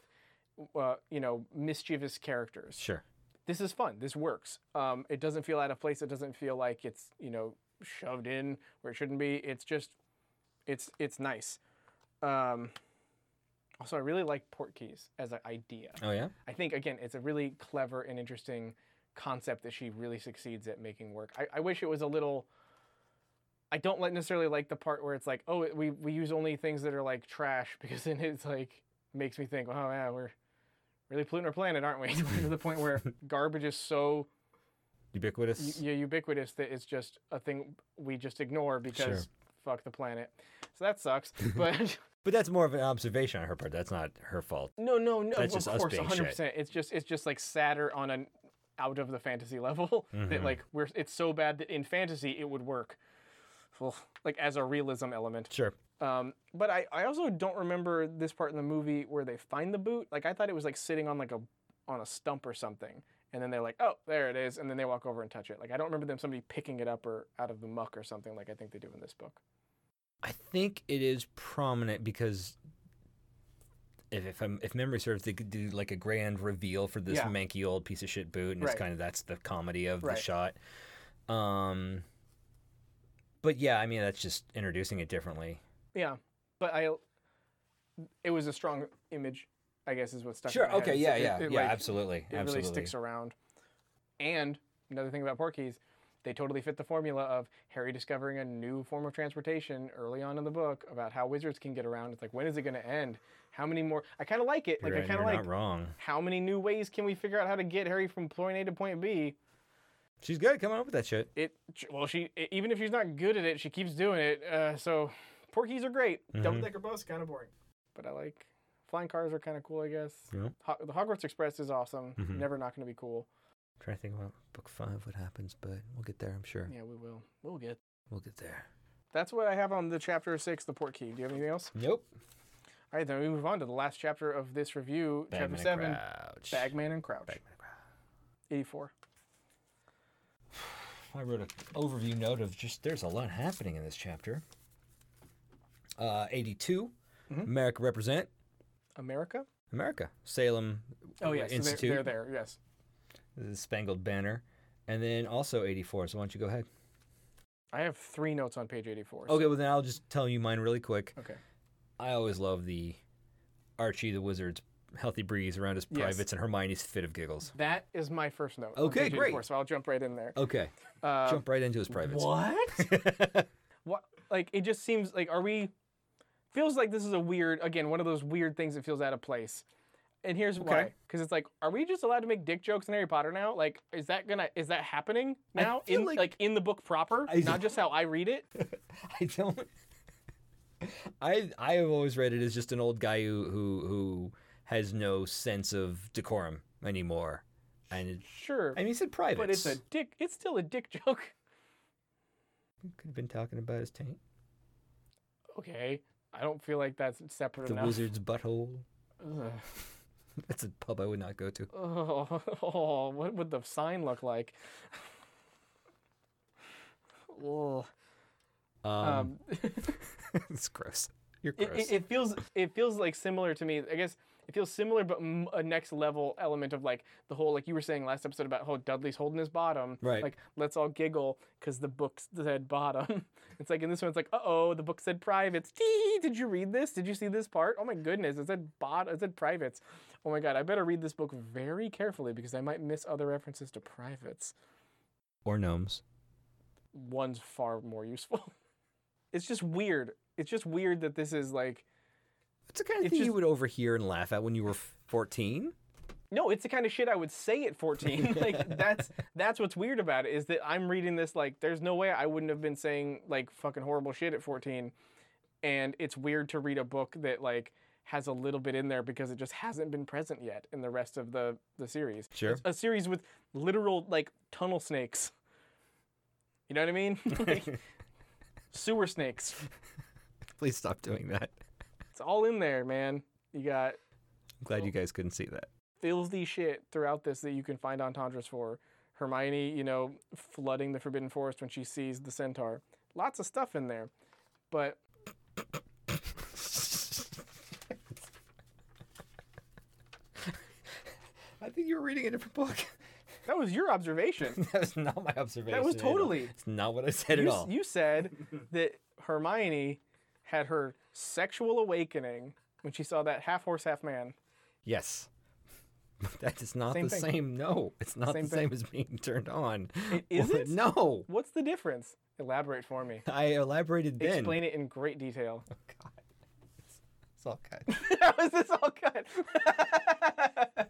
Speaker 1: uh, you know mischievous characters
Speaker 2: Sure.
Speaker 1: this is fun. This works. Um, it doesn't feel out of place. It doesn't feel like it's you know shoved in where it shouldn't be. It's just, it's it's nice. Um, also, I really like port keys as an idea.
Speaker 2: Oh yeah.
Speaker 1: I think again, it's a really clever and interesting concept that she really succeeds at making work. I, I wish it was a little. I don't like necessarily like the part where it's like, oh, we we use only things that are like trash because then it's like makes me think, oh yeah, we're really polluting our planet, aren't we? to the point where garbage is so
Speaker 2: Ubiquitous.
Speaker 1: u- ubiquitous that it's just a thing we just ignore because fuck the planet. So that sucks. But
Speaker 2: But that's more of an observation on her part. That's not her fault.
Speaker 1: No, no, no.
Speaker 2: That's
Speaker 1: of
Speaker 2: just us
Speaker 1: course,
Speaker 2: being
Speaker 1: one hundred percent. It's just it's just like sadder on an out of the fantasy level
Speaker 2: Mm-hmm.
Speaker 1: that like we're it's so bad that in fantasy it would work, Ugh, like as a realism element.
Speaker 2: Sure.
Speaker 1: Um, but I I also don't remember this part in the movie where they find the boot. Like I thought it was like sitting on like a on a stump or something, and then they're like, "Oh, there it is," and then they walk over and touch it. Like I don't remember them somebody picking it up or out of the muck or something like I think they do in this book.
Speaker 2: I think it is prominent because if if, I'm, if memory serves, they could do like a grand reveal for this
Speaker 1: Yeah.
Speaker 2: manky old piece of shit boot, and
Speaker 1: Right.
Speaker 2: it's kind of that's the comedy of
Speaker 1: Right.
Speaker 2: the shot. Um, but yeah, I mean that's just introducing it differently.
Speaker 1: Yeah, but I, it was a strong image, I guess, is what stuck. in
Speaker 2: Sure.
Speaker 1: my head.
Speaker 2: Okay.
Speaker 1: It's-
Speaker 2: Yeah.
Speaker 1: it-
Speaker 2: Yeah.
Speaker 1: it,
Speaker 2: yeah.
Speaker 1: like,
Speaker 2: absolutely.
Speaker 1: It
Speaker 2: absolutely.
Speaker 1: really sticks around. And another thing about Porky's, they totally fit the formula of Harry discovering a new form of transportation early on in the book about how wizards can get around. It's like, when is it going to end? How many more? I kind of like it. Like
Speaker 2: You're
Speaker 1: I
Speaker 2: right,
Speaker 1: kind of
Speaker 2: you're
Speaker 1: like
Speaker 2: not wrong.
Speaker 1: how many new ways can we figure out how to get Harry from point A to point B?
Speaker 2: She's good coming up with that shit.
Speaker 1: It well, she e, even if she's not good at it, she keeps doing it. Uh, so Porky's are great.
Speaker 2: Mm-hmm.
Speaker 1: Double decker bus kind of boring, but I like flying cars are kind of cool. I guess
Speaker 2: Yeah.
Speaker 1: Ho- the Hogwarts Express is awesome.
Speaker 2: Mhm.
Speaker 1: Never not going to be cool.
Speaker 2: trying to think about book five, what happens, but we'll get there. I'm sure
Speaker 1: Yeah, we will. We'll get.
Speaker 2: we'll get there.
Speaker 1: That's what I have on the chapter six, the port key. Do you have anything else?
Speaker 2: Nope.
Speaker 1: All right, then we move on to the last chapter of this review, chapter seven,
Speaker 2: Crouch.
Speaker 1: Bagman and Crouch,
Speaker 2: Bagman and Crouch.
Speaker 1: eighty-four.
Speaker 2: I wrote an overview note of just there's a lot happening in this chapter. Uh, 82,
Speaker 1: Mm-hmm.
Speaker 2: America represent
Speaker 1: America.
Speaker 2: America, Salem
Speaker 1: Oh yes, so they're-
Speaker 2: Institute,
Speaker 1: they're there. Yes.
Speaker 2: the Spangled Banner, and then also 84. So why don't you go ahead?
Speaker 1: I have three notes on page 84. so-
Speaker 2: Okay, well then I'll just tell you mine really quick.
Speaker 1: Okay.
Speaker 2: I always love the Archie the Wizard's healthy breeze around his
Speaker 1: Yes.
Speaker 2: privates and Hermione's fit of giggles.
Speaker 1: That is my first note. on
Speaker 2: Okay,
Speaker 1: page 84,
Speaker 2: great.
Speaker 1: So I'll jump right in there.
Speaker 2: Okay, jump right into his privates.
Speaker 1: Uh, What? what? Like it just seems like are we? Feels like this is a weird again one of those weird things that feels out of place. And here's why, because it's like, are we just allowed to make dick jokes in Harry Potter now? Like, is that gonna is that happening now
Speaker 2: feel
Speaker 1: in like,
Speaker 2: like-
Speaker 1: in the book proper,
Speaker 2: I-
Speaker 1: not just how I read it?
Speaker 2: I don't. I I have always read it as just an old guy who who, who has no sense of decorum anymore, and it,
Speaker 1: Sure,
Speaker 2: I mean he said private,
Speaker 1: but it's a dick. It's still a dick joke.
Speaker 2: could have been talking about his taint,
Speaker 1: Okay, I don't feel like that's separate
Speaker 2: the
Speaker 1: enough.
Speaker 2: wizard's butthole.
Speaker 1: Ugh.
Speaker 2: That's a pub I would not go to.
Speaker 1: Oh, oh, what would the sign look like? oh.
Speaker 2: Um,
Speaker 1: Um,
Speaker 2: it's gross. You're
Speaker 1: it,
Speaker 2: gross.
Speaker 1: it, it feels it feels like similar to me. I guess it feels similar, but m- a next level element of like the whole like you were saying last episode about how Dudley's holding his bottom.
Speaker 2: Right.
Speaker 1: Like let's all giggle because the book said bottom. it's like in this one, it's like uh oh, the book said privates. Tee, Did you read this? Did you see this part? Oh my goodness, it said bot. It said privates. Oh my god, I better read this book very carefully because I might miss other references to privates.
Speaker 2: or gnomes.
Speaker 1: one's far more useful. It's just weird. It's just weird that this is like
Speaker 2: It's the kind of
Speaker 1: It's
Speaker 2: thing you
Speaker 1: just-
Speaker 2: would overhear and laugh at when you were 14.
Speaker 1: no, it's the kind of shit I would say at 14. like that's that's what's weird about it is that I'm reading this like there's no way I wouldn't have been saying like fucking horrible shit at 14. And it's weird to read a book that like has a little bit in there because it just hasn't been present yet in the rest of the the series.
Speaker 2: Sure.
Speaker 1: It's a series with literal like tunnel snakes. You know what I mean? like, sewer snakes.
Speaker 2: Please stop doing that.
Speaker 1: It's all in there, man. You got
Speaker 2: I'm glad you guys couldn't see that.
Speaker 1: filthy shit throughout this that you can find entendres for. Hermione, you know, flooding the Forbidden Forest when she sees the centaur. Lots of stuff in there. But
Speaker 2: I think you were reading a different book.
Speaker 1: that was your observation.
Speaker 2: That was not my observation.
Speaker 1: That was
Speaker 2: at all.
Speaker 1: totally.
Speaker 2: It's not what I said
Speaker 1: You,
Speaker 2: at
Speaker 1: s-
Speaker 2: all.
Speaker 1: you said that Hermione had her sexual awakening when she saw that half horse, half man.
Speaker 2: yes. But that is not
Speaker 1: Same
Speaker 2: the
Speaker 1: thing.
Speaker 2: same. No, it's not
Speaker 1: Same
Speaker 2: the same as being turned on. It
Speaker 1: isn't?
Speaker 2: No.
Speaker 1: What's the difference? Elaborate for me.
Speaker 2: I elaborated then.
Speaker 1: Explain it in great detail.
Speaker 2: God. It's all good.
Speaker 1: How is this all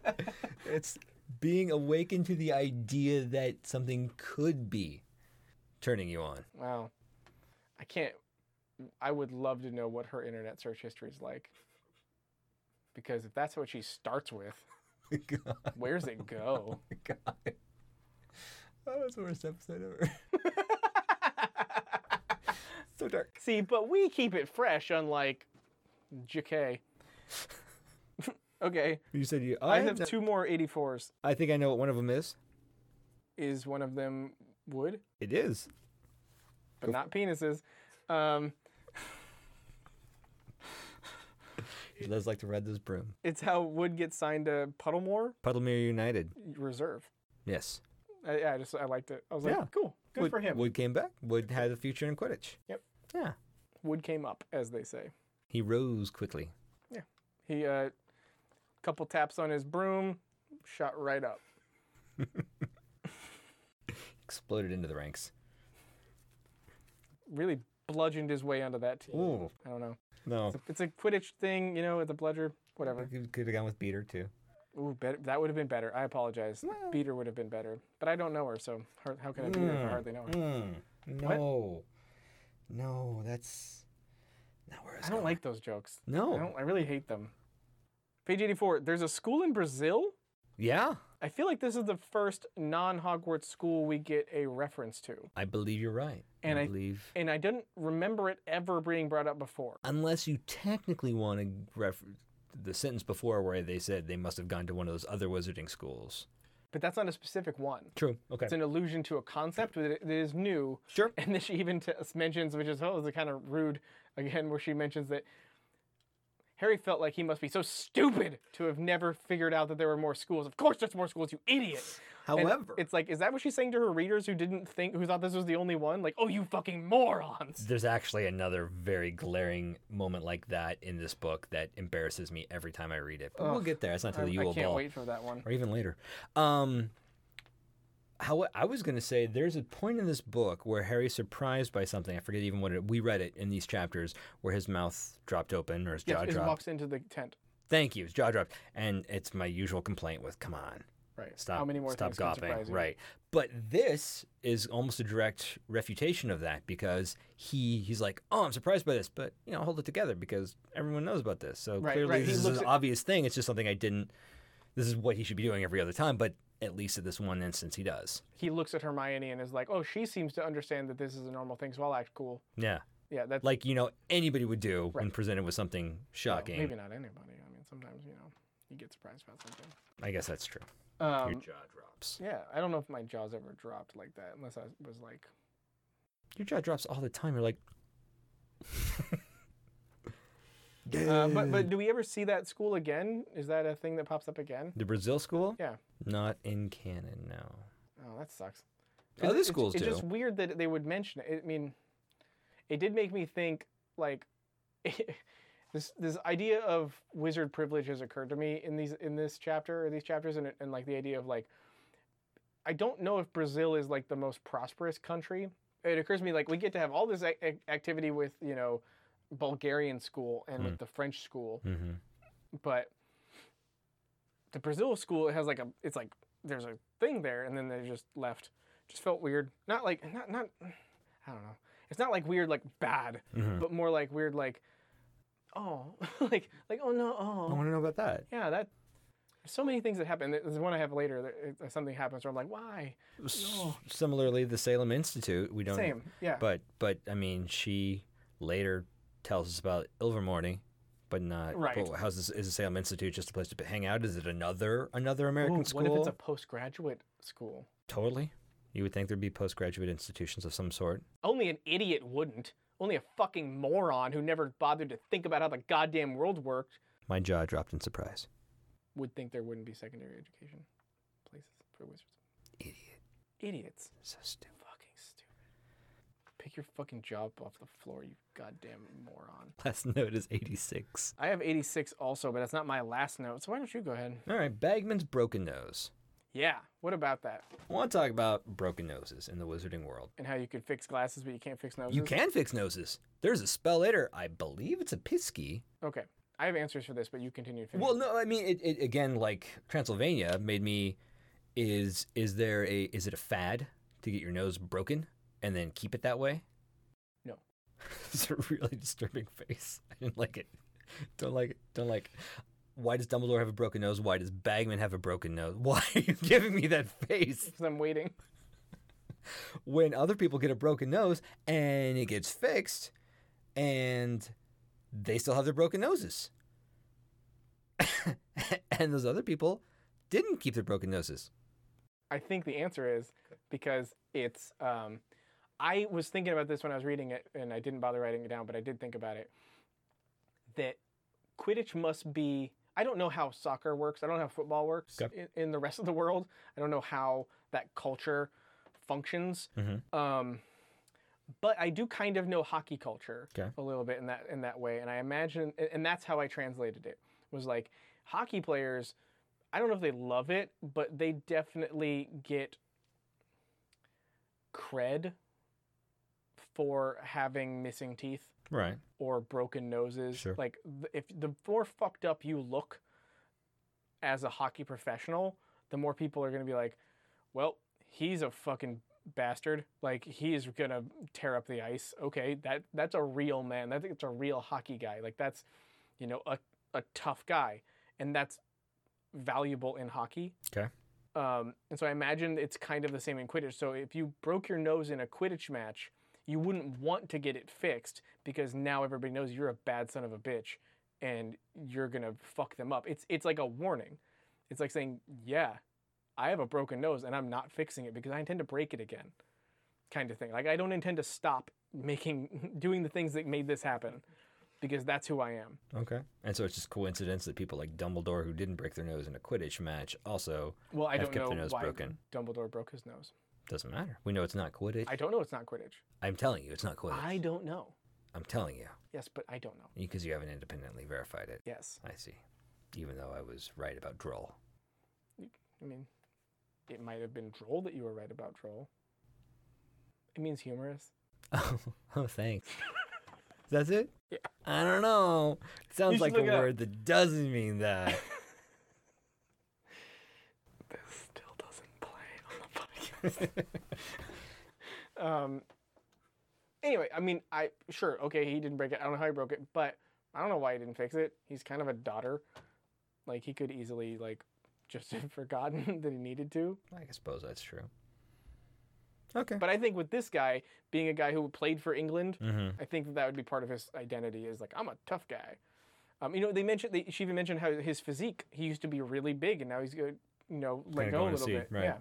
Speaker 1: good?
Speaker 2: it's being awakened to the idea that something could be turning you on.
Speaker 1: Wow. I can't. I would love to know what her internet search history is like. Because if that's what she starts with,
Speaker 2: God.
Speaker 1: where's it go?
Speaker 2: God. Oh, that's the worst episode ever. so dark.
Speaker 1: See, but we keep it fresh, unlike JK. Okay.
Speaker 2: You said you.
Speaker 1: I have two more 84s.
Speaker 2: I think I know what one of them is.
Speaker 1: Is one of them wood,
Speaker 2: It is.
Speaker 1: but not penises. Um,
Speaker 2: He does like to ride this broom.
Speaker 1: it's how wood gets signed to Puddlemore
Speaker 2: Puddlemere United.
Speaker 1: Reserve.
Speaker 2: Yes.
Speaker 1: I, yeah, I just I liked it. I was
Speaker 2: Yeah.
Speaker 1: like, cool, good
Speaker 2: Wood,
Speaker 1: for him. Wood.
Speaker 2: Wood came back. Wood had a future in Quidditch.
Speaker 1: Yep.
Speaker 2: Yeah.
Speaker 1: came up, as they say.
Speaker 2: He rose quickly.
Speaker 1: He uh, couple taps on his broom, shot right up.
Speaker 2: Exploded into the ranks.
Speaker 1: Really bludgeoned his way onto that team.
Speaker 2: Ooh.
Speaker 1: I don't know.
Speaker 2: No.
Speaker 1: It's a Quidditch thing, you know, with the bludger, whatever.
Speaker 2: Could have gone with Beater too.
Speaker 1: Ooh, bet that would have been better. I apologize. Beater would have been better, but I don't know her, so har- how can I beat her
Speaker 2: Hmm.
Speaker 1: if I hardly know her?
Speaker 2: Mm. No. No, that's not where I was
Speaker 1: I don't like those jokes. I
Speaker 2: No.
Speaker 1: don't. I really hate them. Page eighty-four. There's a school in Brazil.
Speaker 2: Yeah.
Speaker 1: I feel like this is the first non-Hogwarts school we get a reference to,
Speaker 2: I believe you're right.
Speaker 1: And I-
Speaker 2: believe.
Speaker 1: and I didn't remember it ever being brought up before.
Speaker 2: Unless you technically want to ref the sentence before where they said they must have gone to one of those other wizarding schools.
Speaker 1: But that's not a specific one.
Speaker 2: True. Okay.
Speaker 1: It's an allusion to a concept that that is new.
Speaker 2: Sure.
Speaker 1: And then she even t- mentions, which is oh, the kind of rude again, where she mentions that Harry felt like he must be so stupid to have never figured out that there were more schools. Of course, there's more schools, you idiot. And
Speaker 2: However,
Speaker 1: it's like, is that what she's saying to her readers who didn't think, who thought this was the only one? Like, oh, you fucking morons.
Speaker 2: there's actually another very glaring moment like that in this book that embarrasses me every time I read it. But we'll get there. It's not
Speaker 1: I,
Speaker 2: till the
Speaker 1: I
Speaker 2: Yule
Speaker 1: can't
Speaker 2: Ball.
Speaker 1: wait for that one.
Speaker 2: or even later. Um, how I was going to say, there's a point in this book where Harry's surprised by something. I forget even what it. We read it in these chapters where his mouth dropped open or his
Speaker 1: Yes,
Speaker 2: jaw
Speaker 1: is
Speaker 2: dropped.
Speaker 1: walks into the tent.
Speaker 2: Thank you, his jaw dropped, and it's my usual complaint with, "Come on,
Speaker 1: Right.
Speaker 2: stop,
Speaker 1: How many more
Speaker 2: stop
Speaker 1: things can surprise
Speaker 2: gawping."
Speaker 1: you?
Speaker 2: Right. But this is almost a direct refutation of that because he he's like, "Oh, I'm surprised by this, but you know, hold it together because everyone knows about this. So
Speaker 1: Right,
Speaker 2: clearly,
Speaker 1: right. He
Speaker 2: this is
Speaker 1: looks
Speaker 2: an
Speaker 1: at-
Speaker 2: obvious thing. It's just something I didn't this is what he should be doing every other time, but at least at this one instance he does.
Speaker 1: He looks at Hermione and is like, oh, she seems to understand that this is a normal thing, so I'll act cool.
Speaker 2: Yeah.
Speaker 1: Yeah, that's
Speaker 2: Like, you know, anybody would do when presented with something shocking.
Speaker 1: maybe not anybody. I mean, sometimes, you know, you get surprised about something.
Speaker 2: I guess that's true. Your
Speaker 1: Um,
Speaker 2: jaw drops.
Speaker 1: yeah, I don't know if my jaws ever dropped like that unless I was like,
Speaker 2: Your jaw drops all the time. You're like
Speaker 1: uh, but but do we ever see that school again? Is that a thing that pops up again?
Speaker 2: the Brazil school?
Speaker 1: Yeah.
Speaker 2: Not in canon, no.
Speaker 1: Oh, that sucks.
Speaker 2: Other
Speaker 1: It's- it's-
Speaker 2: schools
Speaker 1: It's
Speaker 2: do.
Speaker 1: just weird that they would mention it. I mean, it did make me think like this this idea of wizard privilege has occurred to me in these in this chapter or these chapters and, and like the idea of like I don't know if Brazil is like the most prosperous country. It occurs to me like we get to have all this ac- ac- activity with you know Bulgarian school and
Speaker 2: Hmm.
Speaker 1: with the French school,
Speaker 2: Mm-hmm.
Speaker 1: but the Brazil school it has like a it's like there's a thing there and then they just left. Just felt weird. Not like not not I don't know. It's not like weird like bad,
Speaker 2: Hmm.
Speaker 1: but more like weird like oh like like oh no
Speaker 2: I
Speaker 1: oh
Speaker 2: want to know about that.
Speaker 1: yeah that. There's so many things that happen. There's one I have later. That uh, something happens where I'm like, why?
Speaker 2: S- Similarly, the Salem Institute, we don't.
Speaker 1: Same. Yeah.
Speaker 2: But but I mean, she later tells us about Ilvermorny, but not.
Speaker 1: Right.
Speaker 2: But how's this? Is the Salem Institute just a place to hang out? Is it another another American
Speaker 1: Ooh,
Speaker 2: school?
Speaker 1: what if it's a postgraduate school?
Speaker 2: Totally. You would think there'd be postgraduate institutions of some sort.
Speaker 1: Only an idiot wouldn't. Only a fucking moron who never bothered to think about how the goddamn world worked
Speaker 2: My jaw dropped in surprise.
Speaker 1: would think there wouldn't be secondary education places for wizards.
Speaker 2: Idiot.
Speaker 1: Idiots.
Speaker 2: So stupid.
Speaker 1: Fucking stupid. Pick your fucking job off the floor, you goddamn moron.
Speaker 2: Last note is 86.
Speaker 1: I have 86 also, but that's not my last note, so why don't you go ahead?
Speaker 2: All right, Bagman's broken nose.
Speaker 1: Yeah, what about that?
Speaker 2: I want to talk about broken noses in the wizarding world.
Speaker 1: And how you could fix glasses, but you can't fix noses?
Speaker 2: You can fix noses. There's a spell later. I believe it's a pisky
Speaker 1: Okay. I have answers for this, but you continue to finish.
Speaker 2: Well, no, I mean, it, it again, like Transylvania made me. Is is there a is it a fad to get your nose broken and then keep it that way?
Speaker 1: No.
Speaker 2: it's a really disturbing face. I didn't like it. Don't like it. Don't like. It. Why does Dumbledore have a broken nose? Why does Bagman have a broken nose? Why are you giving me that face?
Speaker 1: Because I'm waiting.
Speaker 2: when other people get a broken nose and it gets fixed and they still have their broken noses.
Speaker 3: and those other people didn't keep their broken noses.
Speaker 1: I think the answer is because it's. Um, I was thinking about this when I was reading it, and I didn't bother writing it down, but I did think about it. That Quidditch must be. I don't know how soccer works. I don't know how football works
Speaker 3: Okay.
Speaker 1: in, in the rest of the world. I don't know how that culture functions. Um, but I do kind of know hockey culture
Speaker 3: Okay.
Speaker 1: a little bit in that in that way, and I imagine, and- and that's how I translated it. Was like hockey players. I don't know if they love it, but they definitely get cred for having missing teeth
Speaker 3: Right.
Speaker 1: or broken noses.
Speaker 3: Sure.
Speaker 1: Like th- if the more fucked up you look as a hockey professional, the more people are going to be like, "Well, he's a fucking bastard. Like he is going to tear up the ice. Okay, that that's a real man. That it's a real hockey guy. Like that's, you know, a a tough guy, and that's valuable in hockey.
Speaker 3: Okay.
Speaker 1: Um, and so I imagine it's kind of the same in Quidditch. So if you broke your nose in a Quidditch match, you wouldn't want to get it fixed because now everybody knows you're a bad son of a bitch and you're gonna fuck them up. It's it's like a warning. It's like saying, Yeah, I have a broken nose and I'm not fixing it because I intend to break it again. Kind of thing. Like I don't intend to stop making doing the things that made this happen because that's who I am.
Speaker 3: Okay. And so it's just coincidence that people like Dumbledore, who didn't break their nose in a Quidditch match, also
Speaker 1: Well, I
Speaker 3: have
Speaker 1: don't
Speaker 3: kept their
Speaker 1: know
Speaker 3: nose
Speaker 1: why
Speaker 3: broken.
Speaker 1: Dumbledore broke his nose.
Speaker 3: Doesn't matter. We know it's not Quidditch.
Speaker 1: I don't know it's not Quidditch.
Speaker 3: I, am telling you, it's not Quidditch.
Speaker 1: I don't know.
Speaker 3: I'm telling you
Speaker 1: Yes, but I don't know.
Speaker 3: because you haven't independently verified it.
Speaker 1: Yes.
Speaker 3: I see. Even though I was right about Droll.
Speaker 1: I mean, it might have been droll that you were right about droll. It means humorous.
Speaker 3: Oh, oh thanks. That's it?
Speaker 1: Yeah.
Speaker 3: I don't know. sounds
Speaker 1: should
Speaker 3: like a
Speaker 1: look it up.
Speaker 3: word that doesn't mean that.
Speaker 1: This still doesn't play on the podcast. um. Anyway, I mean, I sure okay. He didn't break it. I don't know how he broke it, but I don't know why he didn't fix it. He's kind of a daughter. Like he could easily like just have forgotten that he needed to.
Speaker 3: I suppose that's true. Okay.
Speaker 1: But I think with this guy being a guy who played for England,
Speaker 3: mm-hmm.
Speaker 1: I think that that would be part of his identity is like I'm a tough guy. Um, you know, they mentioned they, she even mentioned how his physique. He used to be really big, and now he's uh, you know let
Speaker 3: Kinda
Speaker 1: go a
Speaker 3: going to
Speaker 1: little
Speaker 3: see,
Speaker 1: bit.
Speaker 3: right.
Speaker 1: Yeah.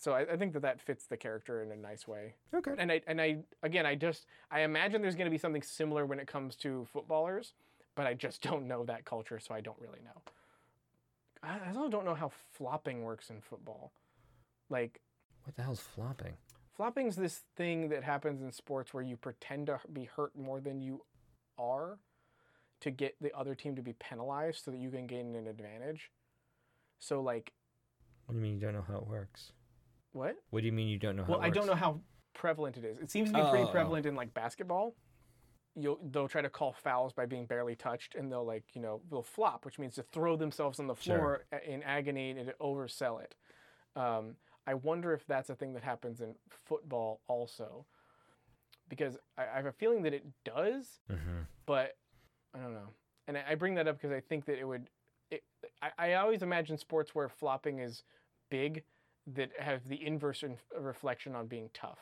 Speaker 1: So I, I think that that fits the character in a nice way.
Speaker 3: Okay.
Speaker 1: And I and I again I just I imagine there's going to be something similar when it comes to footballers, but I just don't know that culture, so I don't really know. I, I also don't know how flopping works in football. Like
Speaker 3: What the hell's flopping?
Speaker 1: Flopping's this thing that happens in sports where you pretend to be hurt more than you are to get the other team to be penalized so that you can gain an advantage. So like
Speaker 3: What do you mean you don't know how it works?
Speaker 1: what?
Speaker 3: What do you mean you don't know how
Speaker 1: well,
Speaker 3: it
Speaker 1: I
Speaker 3: works?
Speaker 1: don't know how prevalent it is. It seems to be
Speaker 3: Oh,
Speaker 1: pretty
Speaker 3: oh.
Speaker 1: prevalent in like basketball. You'll they'll try to call fouls by being barely touched and they'll like, you know, they'll flop, which means to throw themselves on the floor
Speaker 3: Sure.
Speaker 1: a- in agony and to oversell it. Um, I wonder if that's a thing that happens in football also. Because I, I have a feeling that it does,
Speaker 3: Mm-hmm.
Speaker 1: but I don't know. And I, I bring that up because I think that it would. It, I, I always imagine sports where flopping is big that have the inverse inf- reflection on being tough,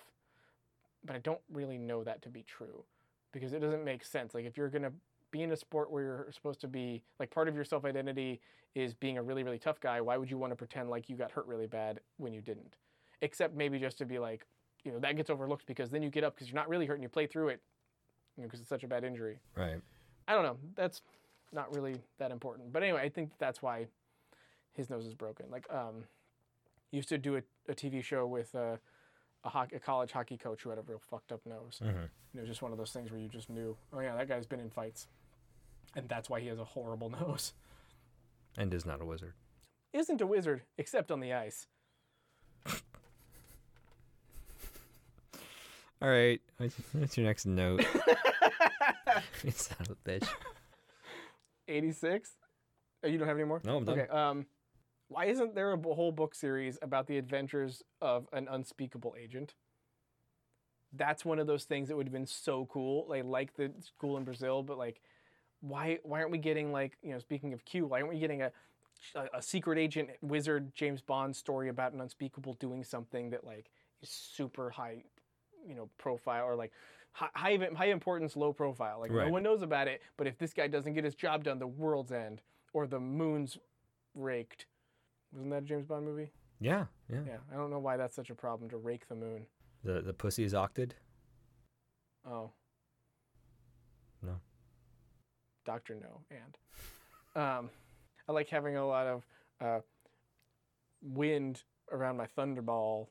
Speaker 1: but I don't really know that to be true because it doesn't make sense. Like if you're gonna be in a sport where you're supposed to be like part of your self identity is being a really really tough guy, why would you want to pretend like you got hurt really bad when you didn't? Except maybe just to be like, you know, that gets overlooked because then you get up because you're not really hurt and you play through it, you know, because it's such a bad injury.
Speaker 3: Right.
Speaker 1: I don't know. That's not really that important. But anyway, I think that's why his nose is broken. Like, um, used to do a, a TV show with uh, a, hoc a college hockey coach who had a real fucked up nose.
Speaker 3: Mm-hmm.
Speaker 1: And it was just one of those things where you just knew, oh yeah, that guy's been in fights, and that's why he has a horrible nose.
Speaker 3: And is not a wizard.
Speaker 1: Isn't a wizard except on the ice.
Speaker 3: All right. What's, what's your next note? you son of a bitch.
Speaker 1: Eighty six. Oh, you don't have any more.
Speaker 3: No, I'm done.
Speaker 1: Okay. Um, why isn't there a b- whole book series about the adventures of an unspeakable agent? That's one of those things that would have been so cool. Like like the school in Brazil, but like, why why aren't we getting like you know speaking of Q, why aren't we getting a a, a secret agent wizard James Bond story about an unspeakable doing something that like is super high, you know, profile or like hi- high high importance, low profile. Like
Speaker 3: Right.
Speaker 1: no one knows about it, but if this guy doesn't get his job done, the world's end or the moon's raked. Wasn't that a James Bond movie?
Speaker 2: Yeah, yeah.
Speaker 1: Yeah, I don't know why that's such a problem to rake the moon.
Speaker 2: The the pussy is octed.
Speaker 1: Oh,
Speaker 2: No.
Speaker 1: Doctor No, and um, I like having a lot of uh, wind around my thunderball.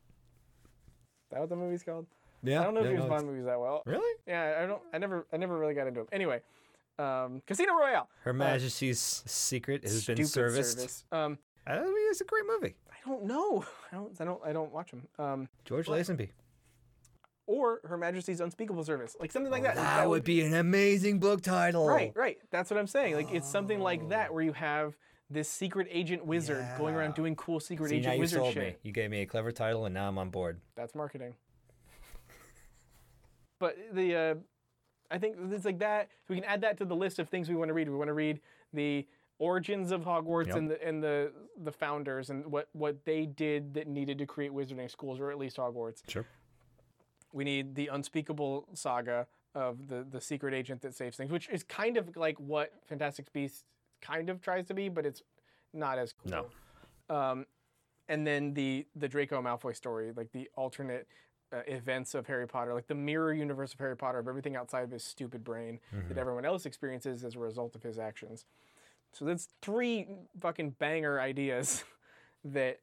Speaker 1: Is that what the movie's called?
Speaker 2: Yeah.
Speaker 1: I don't know
Speaker 2: yeah,
Speaker 1: James
Speaker 2: no,
Speaker 1: Bond
Speaker 2: it's-
Speaker 1: movies that well.
Speaker 2: Really?
Speaker 1: Yeah, I don't. I never. I never really got into them. Anyway, um, Casino Royale.
Speaker 2: Her Majesty's Secret has been
Speaker 1: Stupid
Speaker 2: serviced.
Speaker 1: service. Um,
Speaker 3: Uh,
Speaker 2: I mean, it's a great movie.
Speaker 1: I don't know. I don't. I don't. I don't watch them. Um,
Speaker 2: George Lazenby.
Speaker 1: or Her Majesty's Unspeakable Service, like something like that.
Speaker 2: Oh, That would be an amazing book title.
Speaker 1: Right, right. That's what I'm saying. Like it's something like that where you have this secret agent wizard going around doing cool secret
Speaker 2: See, now
Speaker 1: agent
Speaker 2: you
Speaker 1: wizard
Speaker 2: sold
Speaker 1: shit.
Speaker 2: me. You gave me a clever title, and now I'm on board.
Speaker 1: That's marketing. but the uh, I think it's like that. We can add that to the list of things we want to read. We want to read the origins of Hogwarts
Speaker 2: Yep.
Speaker 1: and the and the the founders and what what they did that needed to create wizarding schools or at least Hogwarts.
Speaker 2: Sure.
Speaker 1: We need the unspeakable saga of the the secret agent that saves things, which is kind of like what Fantastic Beasts kind of tries to be, but it's not as cool.
Speaker 2: No.
Speaker 1: Um, and then the the Draco Malfoy story, like the alternate uh, events of Harry Potter, like the mirror universe of Harry Potter, of everything outside of his stupid brain
Speaker 2: Mm-hmm.
Speaker 1: that everyone else experiences as a result of his actions. So that's three fucking banger ideas that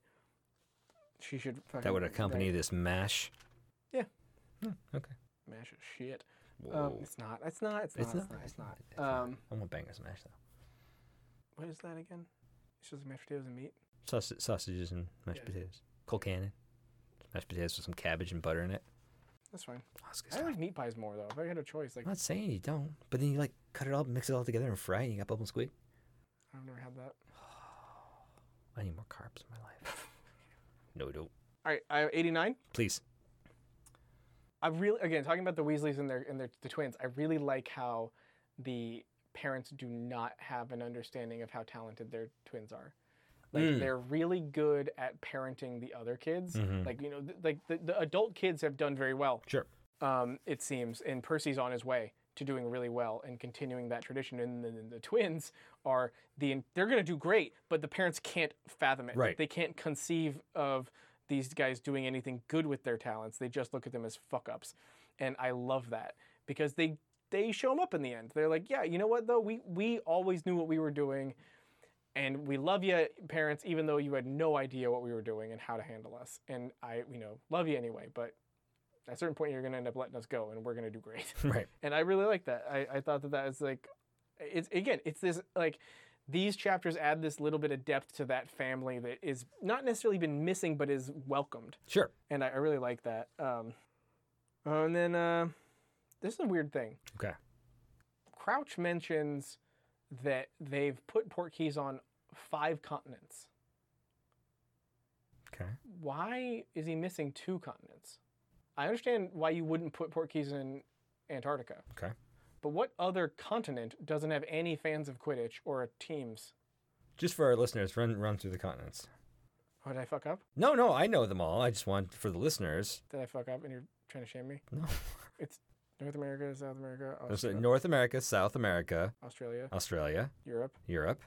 Speaker 1: she should fucking
Speaker 2: That would accompany this mash.
Speaker 1: Yeah.
Speaker 2: Hmm, okay.
Speaker 1: like, mash as shit. Um, it's not. It's not. It's not. It's not. It's not.
Speaker 2: It's
Speaker 1: Um,
Speaker 2: I want bangers mash though.
Speaker 1: what is that again? It's just mashed potatoes and meat.
Speaker 2: Sausage, sausages and mashed
Speaker 1: Yeah.
Speaker 2: potatoes. Cold cannon. Mashed potatoes with some cabbage and butter in it.
Speaker 1: That's fine.
Speaker 2: Oh, it's good
Speaker 1: I
Speaker 2: stuff.
Speaker 1: like meat pies more though. If I had a choice, like
Speaker 2: I'm not saying you don't, but then you like cut it all, mix it all together, and fry, it, and you got bubble squeak.
Speaker 1: I've never had that.
Speaker 2: I need more carbs in my life. no, don't.
Speaker 1: All right, I have 89.
Speaker 2: Please.
Speaker 1: I really again talking about the Weasleys and their and their the twins. I really like how the parents do not have an understanding of how talented their twins are. Like they're really good at parenting the other kids. Like you know, th- like the, the adult kids have done very well.
Speaker 2: Sure.
Speaker 1: Um, it seems, and Percy's on his way to doing really well and continuing that tradition. And then the twins are the they're going to do great, but the parents can't fathom it.
Speaker 2: Right.
Speaker 1: They can't conceive of these guys doing anything good with their talents. They just look at them as fuck ups, and I love that because they they show them up in the end. They're like, yeah, you know what though, we we always knew what we were doing. And we love you, parents, even though you had no idea what we were doing and how to handle us. And I, you know, love you anyway. But at a certain point, you're going to end up letting us go, and we're going to do great.
Speaker 2: Right.
Speaker 1: and I really like that. I, I thought that that is like, it's again, it's this like these chapters add this little bit of depth to that family that is not necessarily been missing, but is welcomed,
Speaker 2: Sure.
Speaker 1: and I, I really like that. Um, uh, and then uh, this is a weird thing.
Speaker 2: Okay.
Speaker 1: Crouch mentions that they've put portkeys on five continents.
Speaker 2: Okay.
Speaker 1: Why is he missing two continents? I understand why you wouldn't put portkeys in Antarctica.
Speaker 2: Okay.
Speaker 1: But what other continent doesn't have any fans of Quidditch or teams?
Speaker 2: Just for our listeners, run run through the continents.
Speaker 1: Oh, did I fuck up?
Speaker 2: No, no, I know them all. I just want for the listeners.
Speaker 1: Did I fuck up and you're trying to shame me?
Speaker 2: No.
Speaker 1: It's North America, South America,
Speaker 2: There's
Speaker 1: Austra-
Speaker 2: uh, North America, South America,
Speaker 1: Australia,
Speaker 2: Australia,
Speaker 1: Europe,
Speaker 2: Europe,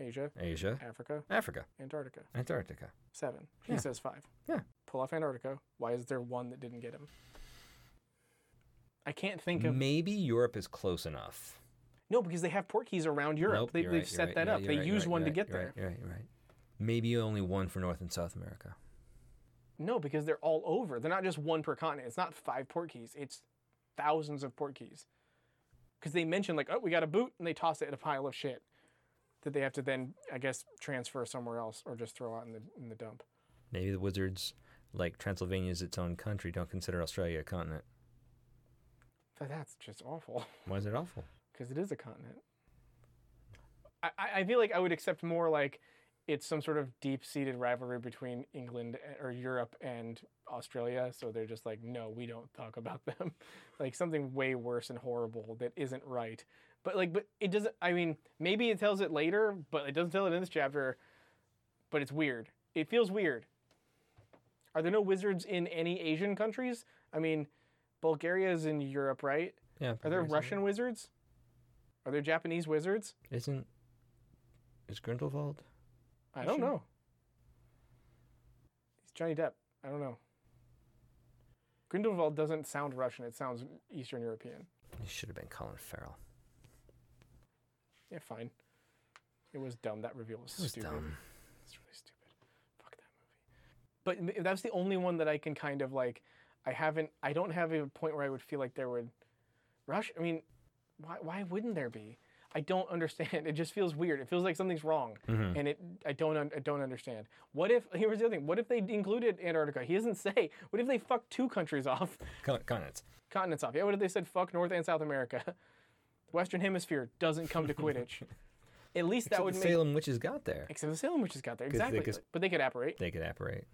Speaker 1: Asia,
Speaker 2: Asia,
Speaker 1: Africa,
Speaker 2: Africa,
Speaker 1: Antarctica.
Speaker 2: Antarctica.
Speaker 1: Seven. He
Speaker 2: Yeah.
Speaker 1: says five.
Speaker 2: Yeah.
Speaker 1: Pull off Antarctica. Why is there one that didn't get him? I can't think of.
Speaker 2: Maybe Europe is close enough.
Speaker 1: No, because they have portkeys around Europe.
Speaker 2: Nope,
Speaker 1: they,
Speaker 2: you're
Speaker 1: they've
Speaker 2: right, you're
Speaker 1: set
Speaker 2: right,
Speaker 1: that
Speaker 2: yeah,
Speaker 1: up.
Speaker 2: you're
Speaker 1: They
Speaker 2: right,
Speaker 1: use
Speaker 2: you're
Speaker 1: one to
Speaker 2: right,
Speaker 1: get
Speaker 2: you're
Speaker 1: there.
Speaker 2: right, you're right, you're right. Maybe only one for North and South America.
Speaker 1: No, because they're all over. They're not just one per continent. It's not five portkeys. It's thousands of portkeys. Because they mention like, oh, we got a boot, and they toss it in a pile of shit that they have to then, I guess, transfer somewhere else or just throw out in the in the dump.
Speaker 2: Maybe the wizards, like Transylvania is its own country, don't consider Australia a continent.
Speaker 1: But that's just awful.
Speaker 2: Why is it awful?
Speaker 1: because it is a continent. I, I- I feel like I would accept more like it's some sort of deep-seated rivalry between England a- or Europe and Australia. So they're just like, no, we don't talk about them, like something way worse and horrible that isn't right. But like, but it doesn't. I mean, maybe it tells it later, but it doesn't tell it in this chapter. But it's weird. It feels weird. Are there no wizards in any Asian countries? I mean, Bulgaria is in Europe, right? Are
Speaker 2: Yeah.
Speaker 1: there
Speaker 2: Bulgaria's in
Speaker 1: Russian wizards? Are there Japanese wizards?
Speaker 2: Isn't is Grindelwald?
Speaker 1: I don't know. He's Johnny Depp. I don't know. Grindelwald doesn't sound Russian. It sounds Eastern European.
Speaker 2: It should have been Colin Farrell.
Speaker 1: Yeah, fine. It was dumb. That reveal was,
Speaker 2: It was
Speaker 1: stupid.
Speaker 2: dumb.
Speaker 1: It's really stupid. Fuck that movie. But m- that's the only one that I can kind of like. I haven't. I don't have a point where I would feel like there would rush. I mean, why? Why wouldn't there be? I don't understand. It just feels weird. It feels like something's wrong,
Speaker 2: Mm-hmm.
Speaker 1: and it. I don't. un- I don't understand. What if? Here's the other thing. What if they included Antarctica? He doesn't say. What if they fucked two countries off?
Speaker 2: Con- Continents.
Speaker 1: continents off. Yeah, what if they said fuck North and South America? Western Hemisphere doesn't come to Quidditch. At least that
Speaker 2: Except
Speaker 1: would
Speaker 2: the
Speaker 1: make
Speaker 2: Salem witches got there.
Speaker 1: except the Salem witches got there
Speaker 2: they
Speaker 1: exactly,
Speaker 2: could-
Speaker 1: but they could apparate.
Speaker 2: They could apparate.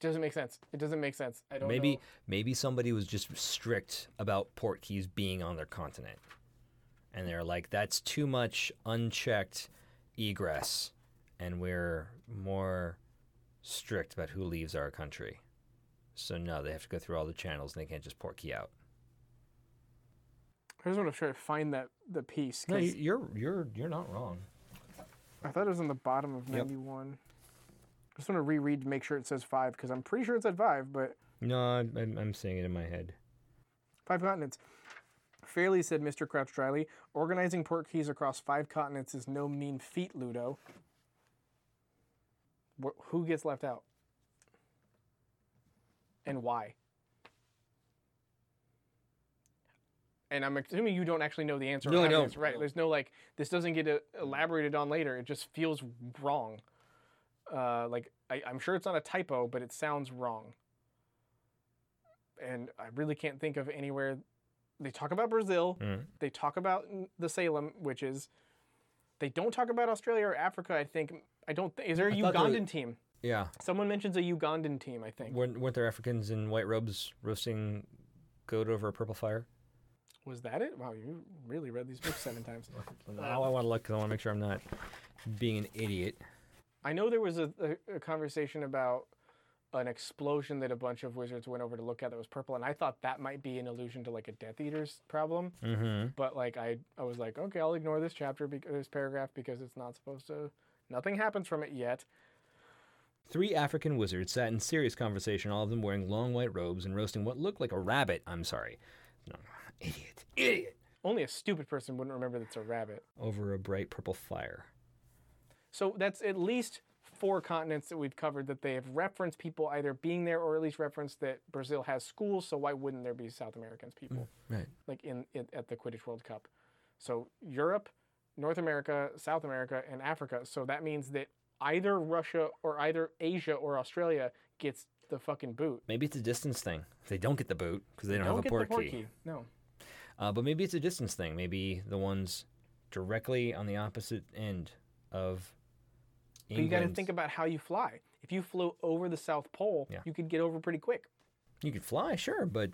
Speaker 1: Doesn't make sense. It doesn't make sense. I don't
Speaker 2: Maybe
Speaker 1: know.
Speaker 2: maybe somebody was just strict about port keys being on their continent, and they're like, that's too much unchecked egress, and we're more strict about who leaves our country. So no, they have to go through all the channels, and they can't just port key out.
Speaker 1: I just want to try to find that the piece.
Speaker 2: No,
Speaker 1: 'cause
Speaker 2: you- you're you're you're not wrong.
Speaker 1: I thought it was on the bottom of ninety one. I just want to reread to make sure it says five because I'm pretty sure it said five, but
Speaker 2: No, I'm I'm, I'm saying it in my head.
Speaker 1: Five continents. Fairly said Mr. Crouch dryly, organizing port keys across five continents is no mean feat, Ludo. Wh- who gets left out? And why? And I'm assuming you don't actually know the answer. or
Speaker 2: No, I
Speaker 1: have the
Speaker 2: don't.
Speaker 1: answer, Right. There's no like, this doesn't get uh, elaborated on later. It just feels wrong. Uh, like, I, I'm sure it's not a typo, but it sounds wrong and I really can't think of anywhere. They talk about Brazil.
Speaker 2: Hmm. Mm.
Speaker 1: They talk about n- the Salem witches. They don't talk about Australia or Africa. I think I don't. Th- is there a
Speaker 2: thought there
Speaker 1: Ugandan
Speaker 2: was-
Speaker 1: team?
Speaker 2: Yeah,
Speaker 1: Someone mentions a Ugandan team. I think
Speaker 2: weren't, weren't there Africans in white robes roasting goat over a purple fire?
Speaker 1: was that it. Wow, you really read these books seven times.
Speaker 2: Now I want to look because I want to make sure I'm not being an idiot.
Speaker 1: I know there was a, a, a conversation about an explosion that a bunch of wizards went over to look at that was purple, and I thought that might be an allusion to like a Death Eater's problem.
Speaker 2: Mm-hmm.
Speaker 1: But like I, I was like, okay, I'll ignore this chapter, because, this paragraph, because it's not supposed to. Nothing happens from it yet.
Speaker 2: Three African wizards sat in serious conversation, all of them wearing long white robes and roasting what looked like a rabbit. I'm sorry. No, idiot. Idiot.
Speaker 1: Only a stupid person wouldn't remember that's a rabbit.
Speaker 2: Over a bright purple fire.
Speaker 1: So that's at least four continents that we've covered that they have referenced people either being there or at least referenced that Brazil has schools. So why wouldn't there be South Americans people
Speaker 2: Right.
Speaker 1: like in, in at the Quidditch World Cup? So Europe, North America, South America, and Africa. So that means that either Russia or either Asia or Australia gets the fucking boot.
Speaker 2: Maybe it's a distance thing. They don't get the boot because they don't, have a
Speaker 1: get
Speaker 2: port
Speaker 1: the port
Speaker 2: key.
Speaker 1: key. No.
Speaker 2: Uh, but maybe it's a distance thing. Maybe the ones directly on the opposite end of
Speaker 1: But you
Speaker 2: England.
Speaker 1: got to think about how you fly. If you flew over the South Pole,
Speaker 2: Yeah.
Speaker 1: you could get over pretty quick.
Speaker 2: you could fly, sure, but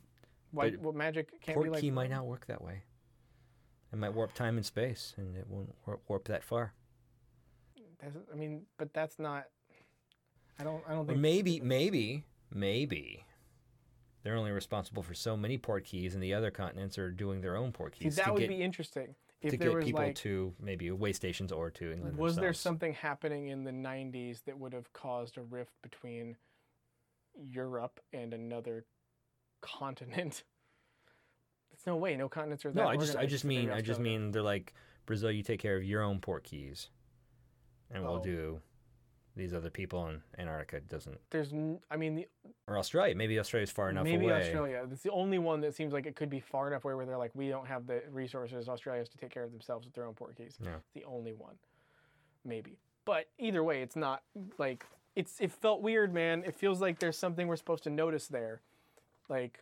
Speaker 1: Why?
Speaker 2: But
Speaker 1: What magic can't
Speaker 2: port
Speaker 1: be like?
Speaker 2: key might not work that way. It might warp time and space, and it won't warp, warp that far.
Speaker 1: That's, I mean, but that's not. I don't. I don't
Speaker 2: Or
Speaker 1: think.
Speaker 2: maybe, maybe, maybe they're only responsible for so many port keys, and the other continents are doing their own port
Speaker 1: See,
Speaker 2: keys
Speaker 1: that
Speaker 2: to
Speaker 1: would
Speaker 2: get
Speaker 1: be interesting if
Speaker 2: to
Speaker 1: there
Speaker 2: get
Speaker 1: was
Speaker 2: people
Speaker 1: like.
Speaker 2: to maybe way stations or to England.
Speaker 1: was there
Speaker 2: themselves.
Speaker 1: something happening in the '90s that would have caused a rift between Europe and another continent? It's no way. No continents are that.
Speaker 2: No, I just, I
Speaker 1: organized
Speaker 2: just
Speaker 1: to figure
Speaker 2: mean, I
Speaker 1: out
Speaker 2: just
Speaker 1: stuff.
Speaker 2: mean they're like Brazil. You take care of your own port keys, and we'll
Speaker 1: Oh.
Speaker 2: do these other people. And Antarctica doesn't,
Speaker 1: There's. n- I mean, the
Speaker 2: or Australia. Maybe Australia's far enough
Speaker 1: Maybe
Speaker 2: away.
Speaker 1: Australia. It's the only one that seems like it could be far enough away where they're like, we don't have the resources. Australia has to take care of themselves with their own port keys.
Speaker 2: Yeah.
Speaker 1: The only one, maybe. But either way, it's not like it's. It felt weird, man. It feels like there's something we're supposed to notice there, like.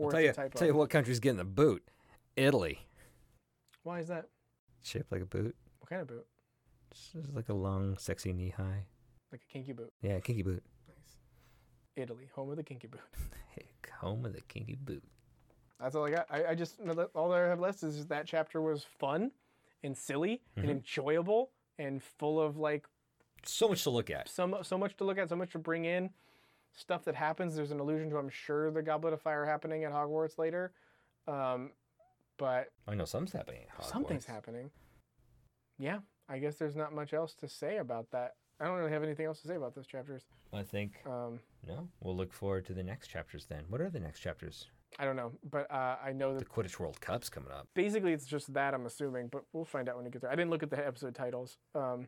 Speaker 1: Or
Speaker 2: I'll tell
Speaker 1: it's
Speaker 2: you,
Speaker 1: a typo.
Speaker 2: tell you what country's getting the boot. Italy.
Speaker 1: Why is that?
Speaker 2: Shaped like a boot.
Speaker 1: What kind of boot?
Speaker 2: It's just like a long, sexy knee high.
Speaker 1: Like a kinky boot.
Speaker 2: Yeah, kinky boot.
Speaker 1: Italy, home of the kinky boot.
Speaker 2: Heck, home of the kinky boot.
Speaker 1: That's all I got. I, I just all I have left is that chapter was fun, and silly,
Speaker 2: Mm-hmm.
Speaker 1: and enjoyable, and full of like
Speaker 2: So much to look at.
Speaker 1: so mu- so much to look at, so much to bring in, stuff that happens. There's an allusion to, I'm sure, the Goblet of Fire happening at Hogwarts later. Um, But
Speaker 3: I know something's happening. at Hogwarts.
Speaker 1: something's happening. Yeah, I guess there's not much else to say about that. I don't really have anything else to say about those chapters.
Speaker 3: I think.
Speaker 1: Um,
Speaker 3: No, we'll look forward to the next chapters then. What are the next chapters?
Speaker 1: I don't know, but uh, I know that
Speaker 3: The Quidditch World Cup's coming up.
Speaker 1: basically it's just that I'm assuming, but we'll find out when we get there. I didn't look at the episode titles. Um,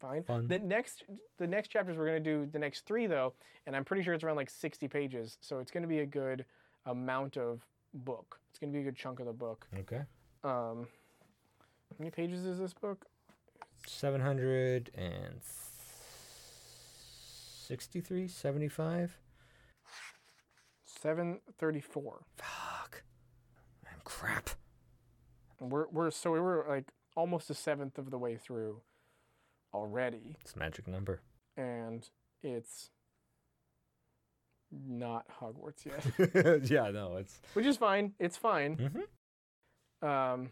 Speaker 1: fine.
Speaker 2: Fun.
Speaker 1: The next the next chapters we're gonna do the next three though, and I'm pretty sure it's around like 60 pages, so it's gonna be a good amount of book. It's gonna be a good chunk of the book.
Speaker 3: Okay.
Speaker 1: Um, how many pages is this book?
Speaker 3: 763, 75.
Speaker 1: 734.
Speaker 3: Fuck. I'm crap.
Speaker 1: And We're we're so we were like almost a seventh of the way through already,
Speaker 3: It's a magic number.
Speaker 1: and it's not Hogwarts yet,
Speaker 3: yeah, no, it's
Speaker 1: which is fine. It's fine.
Speaker 3: Mhm.
Speaker 1: Um.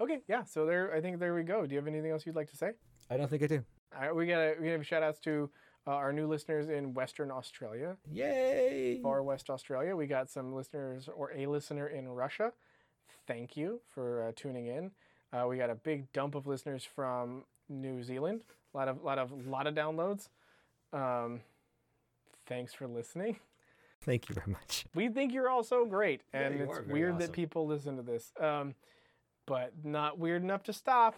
Speaker 1: Okay, yeah. So there, I think there we go. Do you have anything else you'd like to say?
Speaker 3: I don't think I do.
Speaker 1: All right, we gotta we have shout outs to uh, our new listeners in Western Australia,
Speaker 3: Yay!
Speaker 1: far West Australia. We got some listeners or a listener in Russia. Thank you for uh, tuning in. Uh, we got a big dump of listeners from New Zealand. A lot of lot of lot of downloads. Um, thanks for listening.
Speaker 3: Thank you very much.
Speaker 1: We think you're all so great,
Speaker 3: Yeah,
Speaker 1: and
Speaker 3: you
Speaker 1: it's
Speaker 3: are very
Speaker 1: weird
Speaker 3: awesome.
Speaker 1: that people listen to this, um, but not weird enough to stop.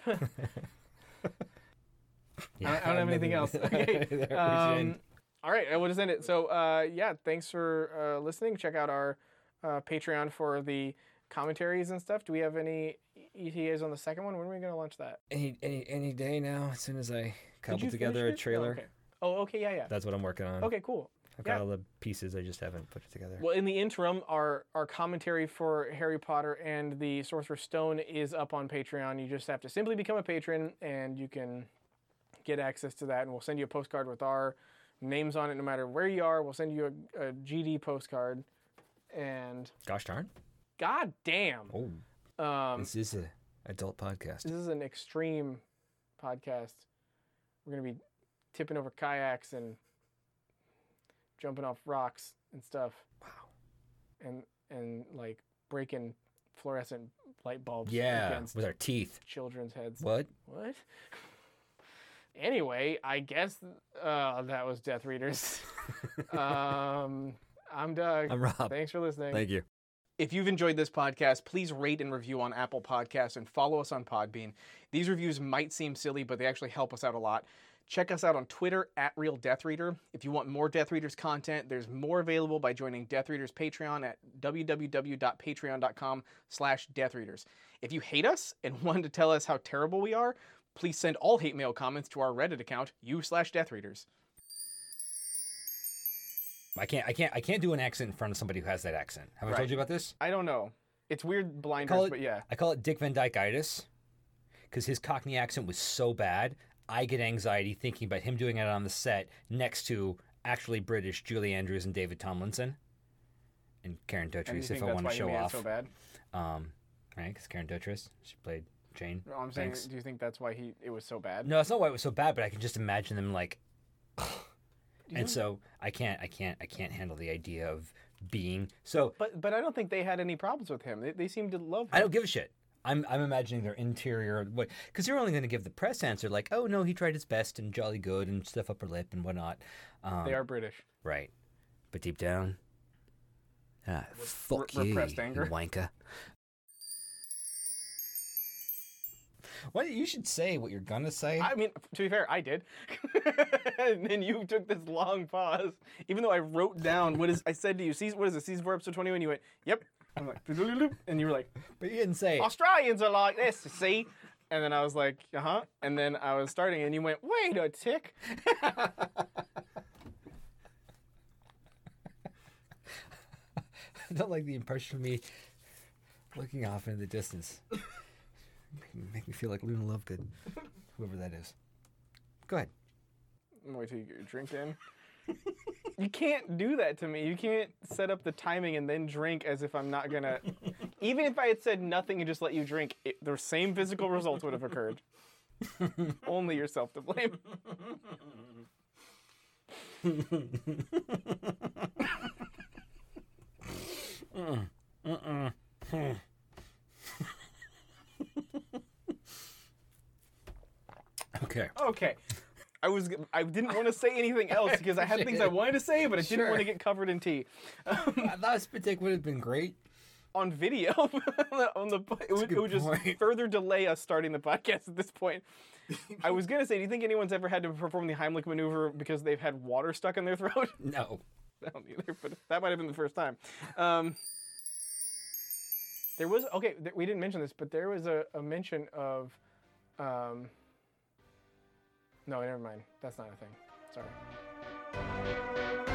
Speaker 1: I don't have anything else. Okay.
Speaker 3: There we should
Speaker 1: Um,
Speaker 3: end.
Speaker 1: all right, we'll just end it. So, uh, yeah, thanks for uh, listening. Check out our uh, Patreon for the commentaries and stuff. Do we have any ETAs on the second one? When are we going to launch that?
Speaker 3: any, any any day now, as soon as I
Speaker 1: Did
Speaker 3: cobble
Speaker 1: you
Speaker 3: together
Speaker 1: finish
Speaker 3: a
Speaker 1: it?
Speaker 3: trailer,
Speaker 1: Oh, okay. Oh, okay, yeah, yeah.
Speaker 3: that's what I'm working on.
Speaker 1: Okay, cool.
Speaker 3: I've
Speaker 1: yeah.
Speaker 3: got all the pieces, I just haven't put it together.
Speaker 1: Well, in the interim, our our commentary for Harry Potter and the Sorcerer's Stone is up on Patreon. You just have to simply become a patron, and you can get access to that. And we'll send you a postcard with our names on it, no matter where you are. We'll send you a, a GD postcard, and
Speaker 3: Gosh darn!
Speaker 1: god damn,
Speaker 3: Oh,
Speaker 1: um,
Speaker 3: this is a adult podcast.
Speaker 1: this is an extreme podcast. We're gonna be tipping over kayaks and jumping off rocks and stuff.
Speaker 3: Wow.
Speaker 1: and and like breaking fluorescent light bulbs
Speaker 3: Yeah,
Speaker 1: against
Speaker 3: with our teeth.
Speaker 1: children's heads. What?
Speaker 3: What?
Speaker 1: Anyway, I guess uh, that was Death Readers. um, I'm Doug.
Speaker 3: I'm Rob.
Speaker 1: Thanks for listening.
Speaker 3: Thank you.
Speaker 1: If you've enjoyed this podcast, please rate and review on Apple Podcasts and follow us on Podbean. These reviews might seem silly, but they actually help us out a lot. Check us out on Twitter at Real Death Reader. If you want more Death Readers content, there's more available by joining Death Readers Patreon at www.patreon.com slash deathreaders. If you hate us and want to tell us how terrible we are, please send all hate mail comments to our Reddit account, u slash deathreaders.
Speaker 2: I can't. I can't. I can't do an accent in front of somebody who has that accent. Have I
Speaker 1: Right.
Speaker 2: told you about this?
Speaker 1: I don't know. It's weird blinders,
Speaker 2: Call it-
Speaker 1: but yeah.
Speaker 2: I call it Dick Van Dykeitis, because his Cockney accent was so bad. I get anxiety thinking about him doing it on the set next to actually British Julie Andrews and David Tomlinson, and Karen
Speaker 1: And you
Speaker 2: Dotris
Speaker 1: think
Speaker 2: if I
Speaker 1: that's
Speaker 2: want
Speaker 1: why
Speaker 2: to
Speaker 1: you
Speaker 2: show
Speaker 1: made it
Speaker 2: off.
Speaker 1: so bad?
Speaker 2: Um, right? Because Karen Dotris, she played Jane.
Speaker 1: No, I'm saying,
Speaker 2: Banks.
Speaker 1: do you think that's why he it was so bad?
Speaker 2: No, that's not why it was so bad, but I can just imagine them like. and so I can't, I can't, I can't handle the idea of being so.
Speaker 1: But but I don't think they had any problems with him. They, they seemed to love
Speaker 2: I
Speaker 1: him.
Speaker 2: don't give a shit. I'm, I'm imagining their interior, what because you're only going to give the press answer like, oh no, he tried his best and jolly good and stuff upper lip and whatnot, um,
Speaker 1: They are British.
Speaker 2: right? But deep down, ah, fuck
Speaker 1: re-
Speaker 2: you,
Speaker 1: repressed
Speaker 2: you
Speaker 1: anger.
Speaker 2: wanker. Why you should say what you're gonna say?
Speaker 1: I mean, to be fair, I did. and then you took this long pause, even though I wrote down what is I said to you. Season, what is it? Season four, episode twenty-one. You went, "Yep." I'm like, "Doodle-doodle-doop," and you were like,
Speaker 2: but you didn't say. it.
Speaker 1: "Australians are like this, you see." And then I was like, "Uh huh." And then I was starting, and you went, "Wait a tick."
Speaker 2: I don't like the impression of me looking off into the distance. Make me feel like Luna Lovegood, whoever that is. Go ahead.
Speaker 1: Wait till you get your drink in. you can't do that to me. You can't set up the timing and then drink as if I'm not gonna. Even if I had said nothing and just let you drink, it, the same physical results would have occurred. Only yourself to blame.
Speaker 2: Mm-mm. Hmm. okay.
Speaker 1: Okay. I was I didn't want to say anything else because I had things I wanted to say, but I didn't
Speaker 2: Sure.
Speaker 1: want to get covered in tea.
Speaker 2: I thought spit take would have been great.
Speaker 1: on video on the it would, it
Speaker 2: good
Speaker 1: would just
Speaker 2: point.
Speaker 1: further delay us starting the podcast at this point. I was gonna say, do you think anyone's ever had to perform the Heimlich maneuver because they've had water stuck in their throat?
Speaker 2: No.
Speaker 1: I don't either, but that might have been the first time. Um, there was okay. Th- we didn't mention this, but there was a, a mention of. Um, no, never mind. That's not a thing. Sorry.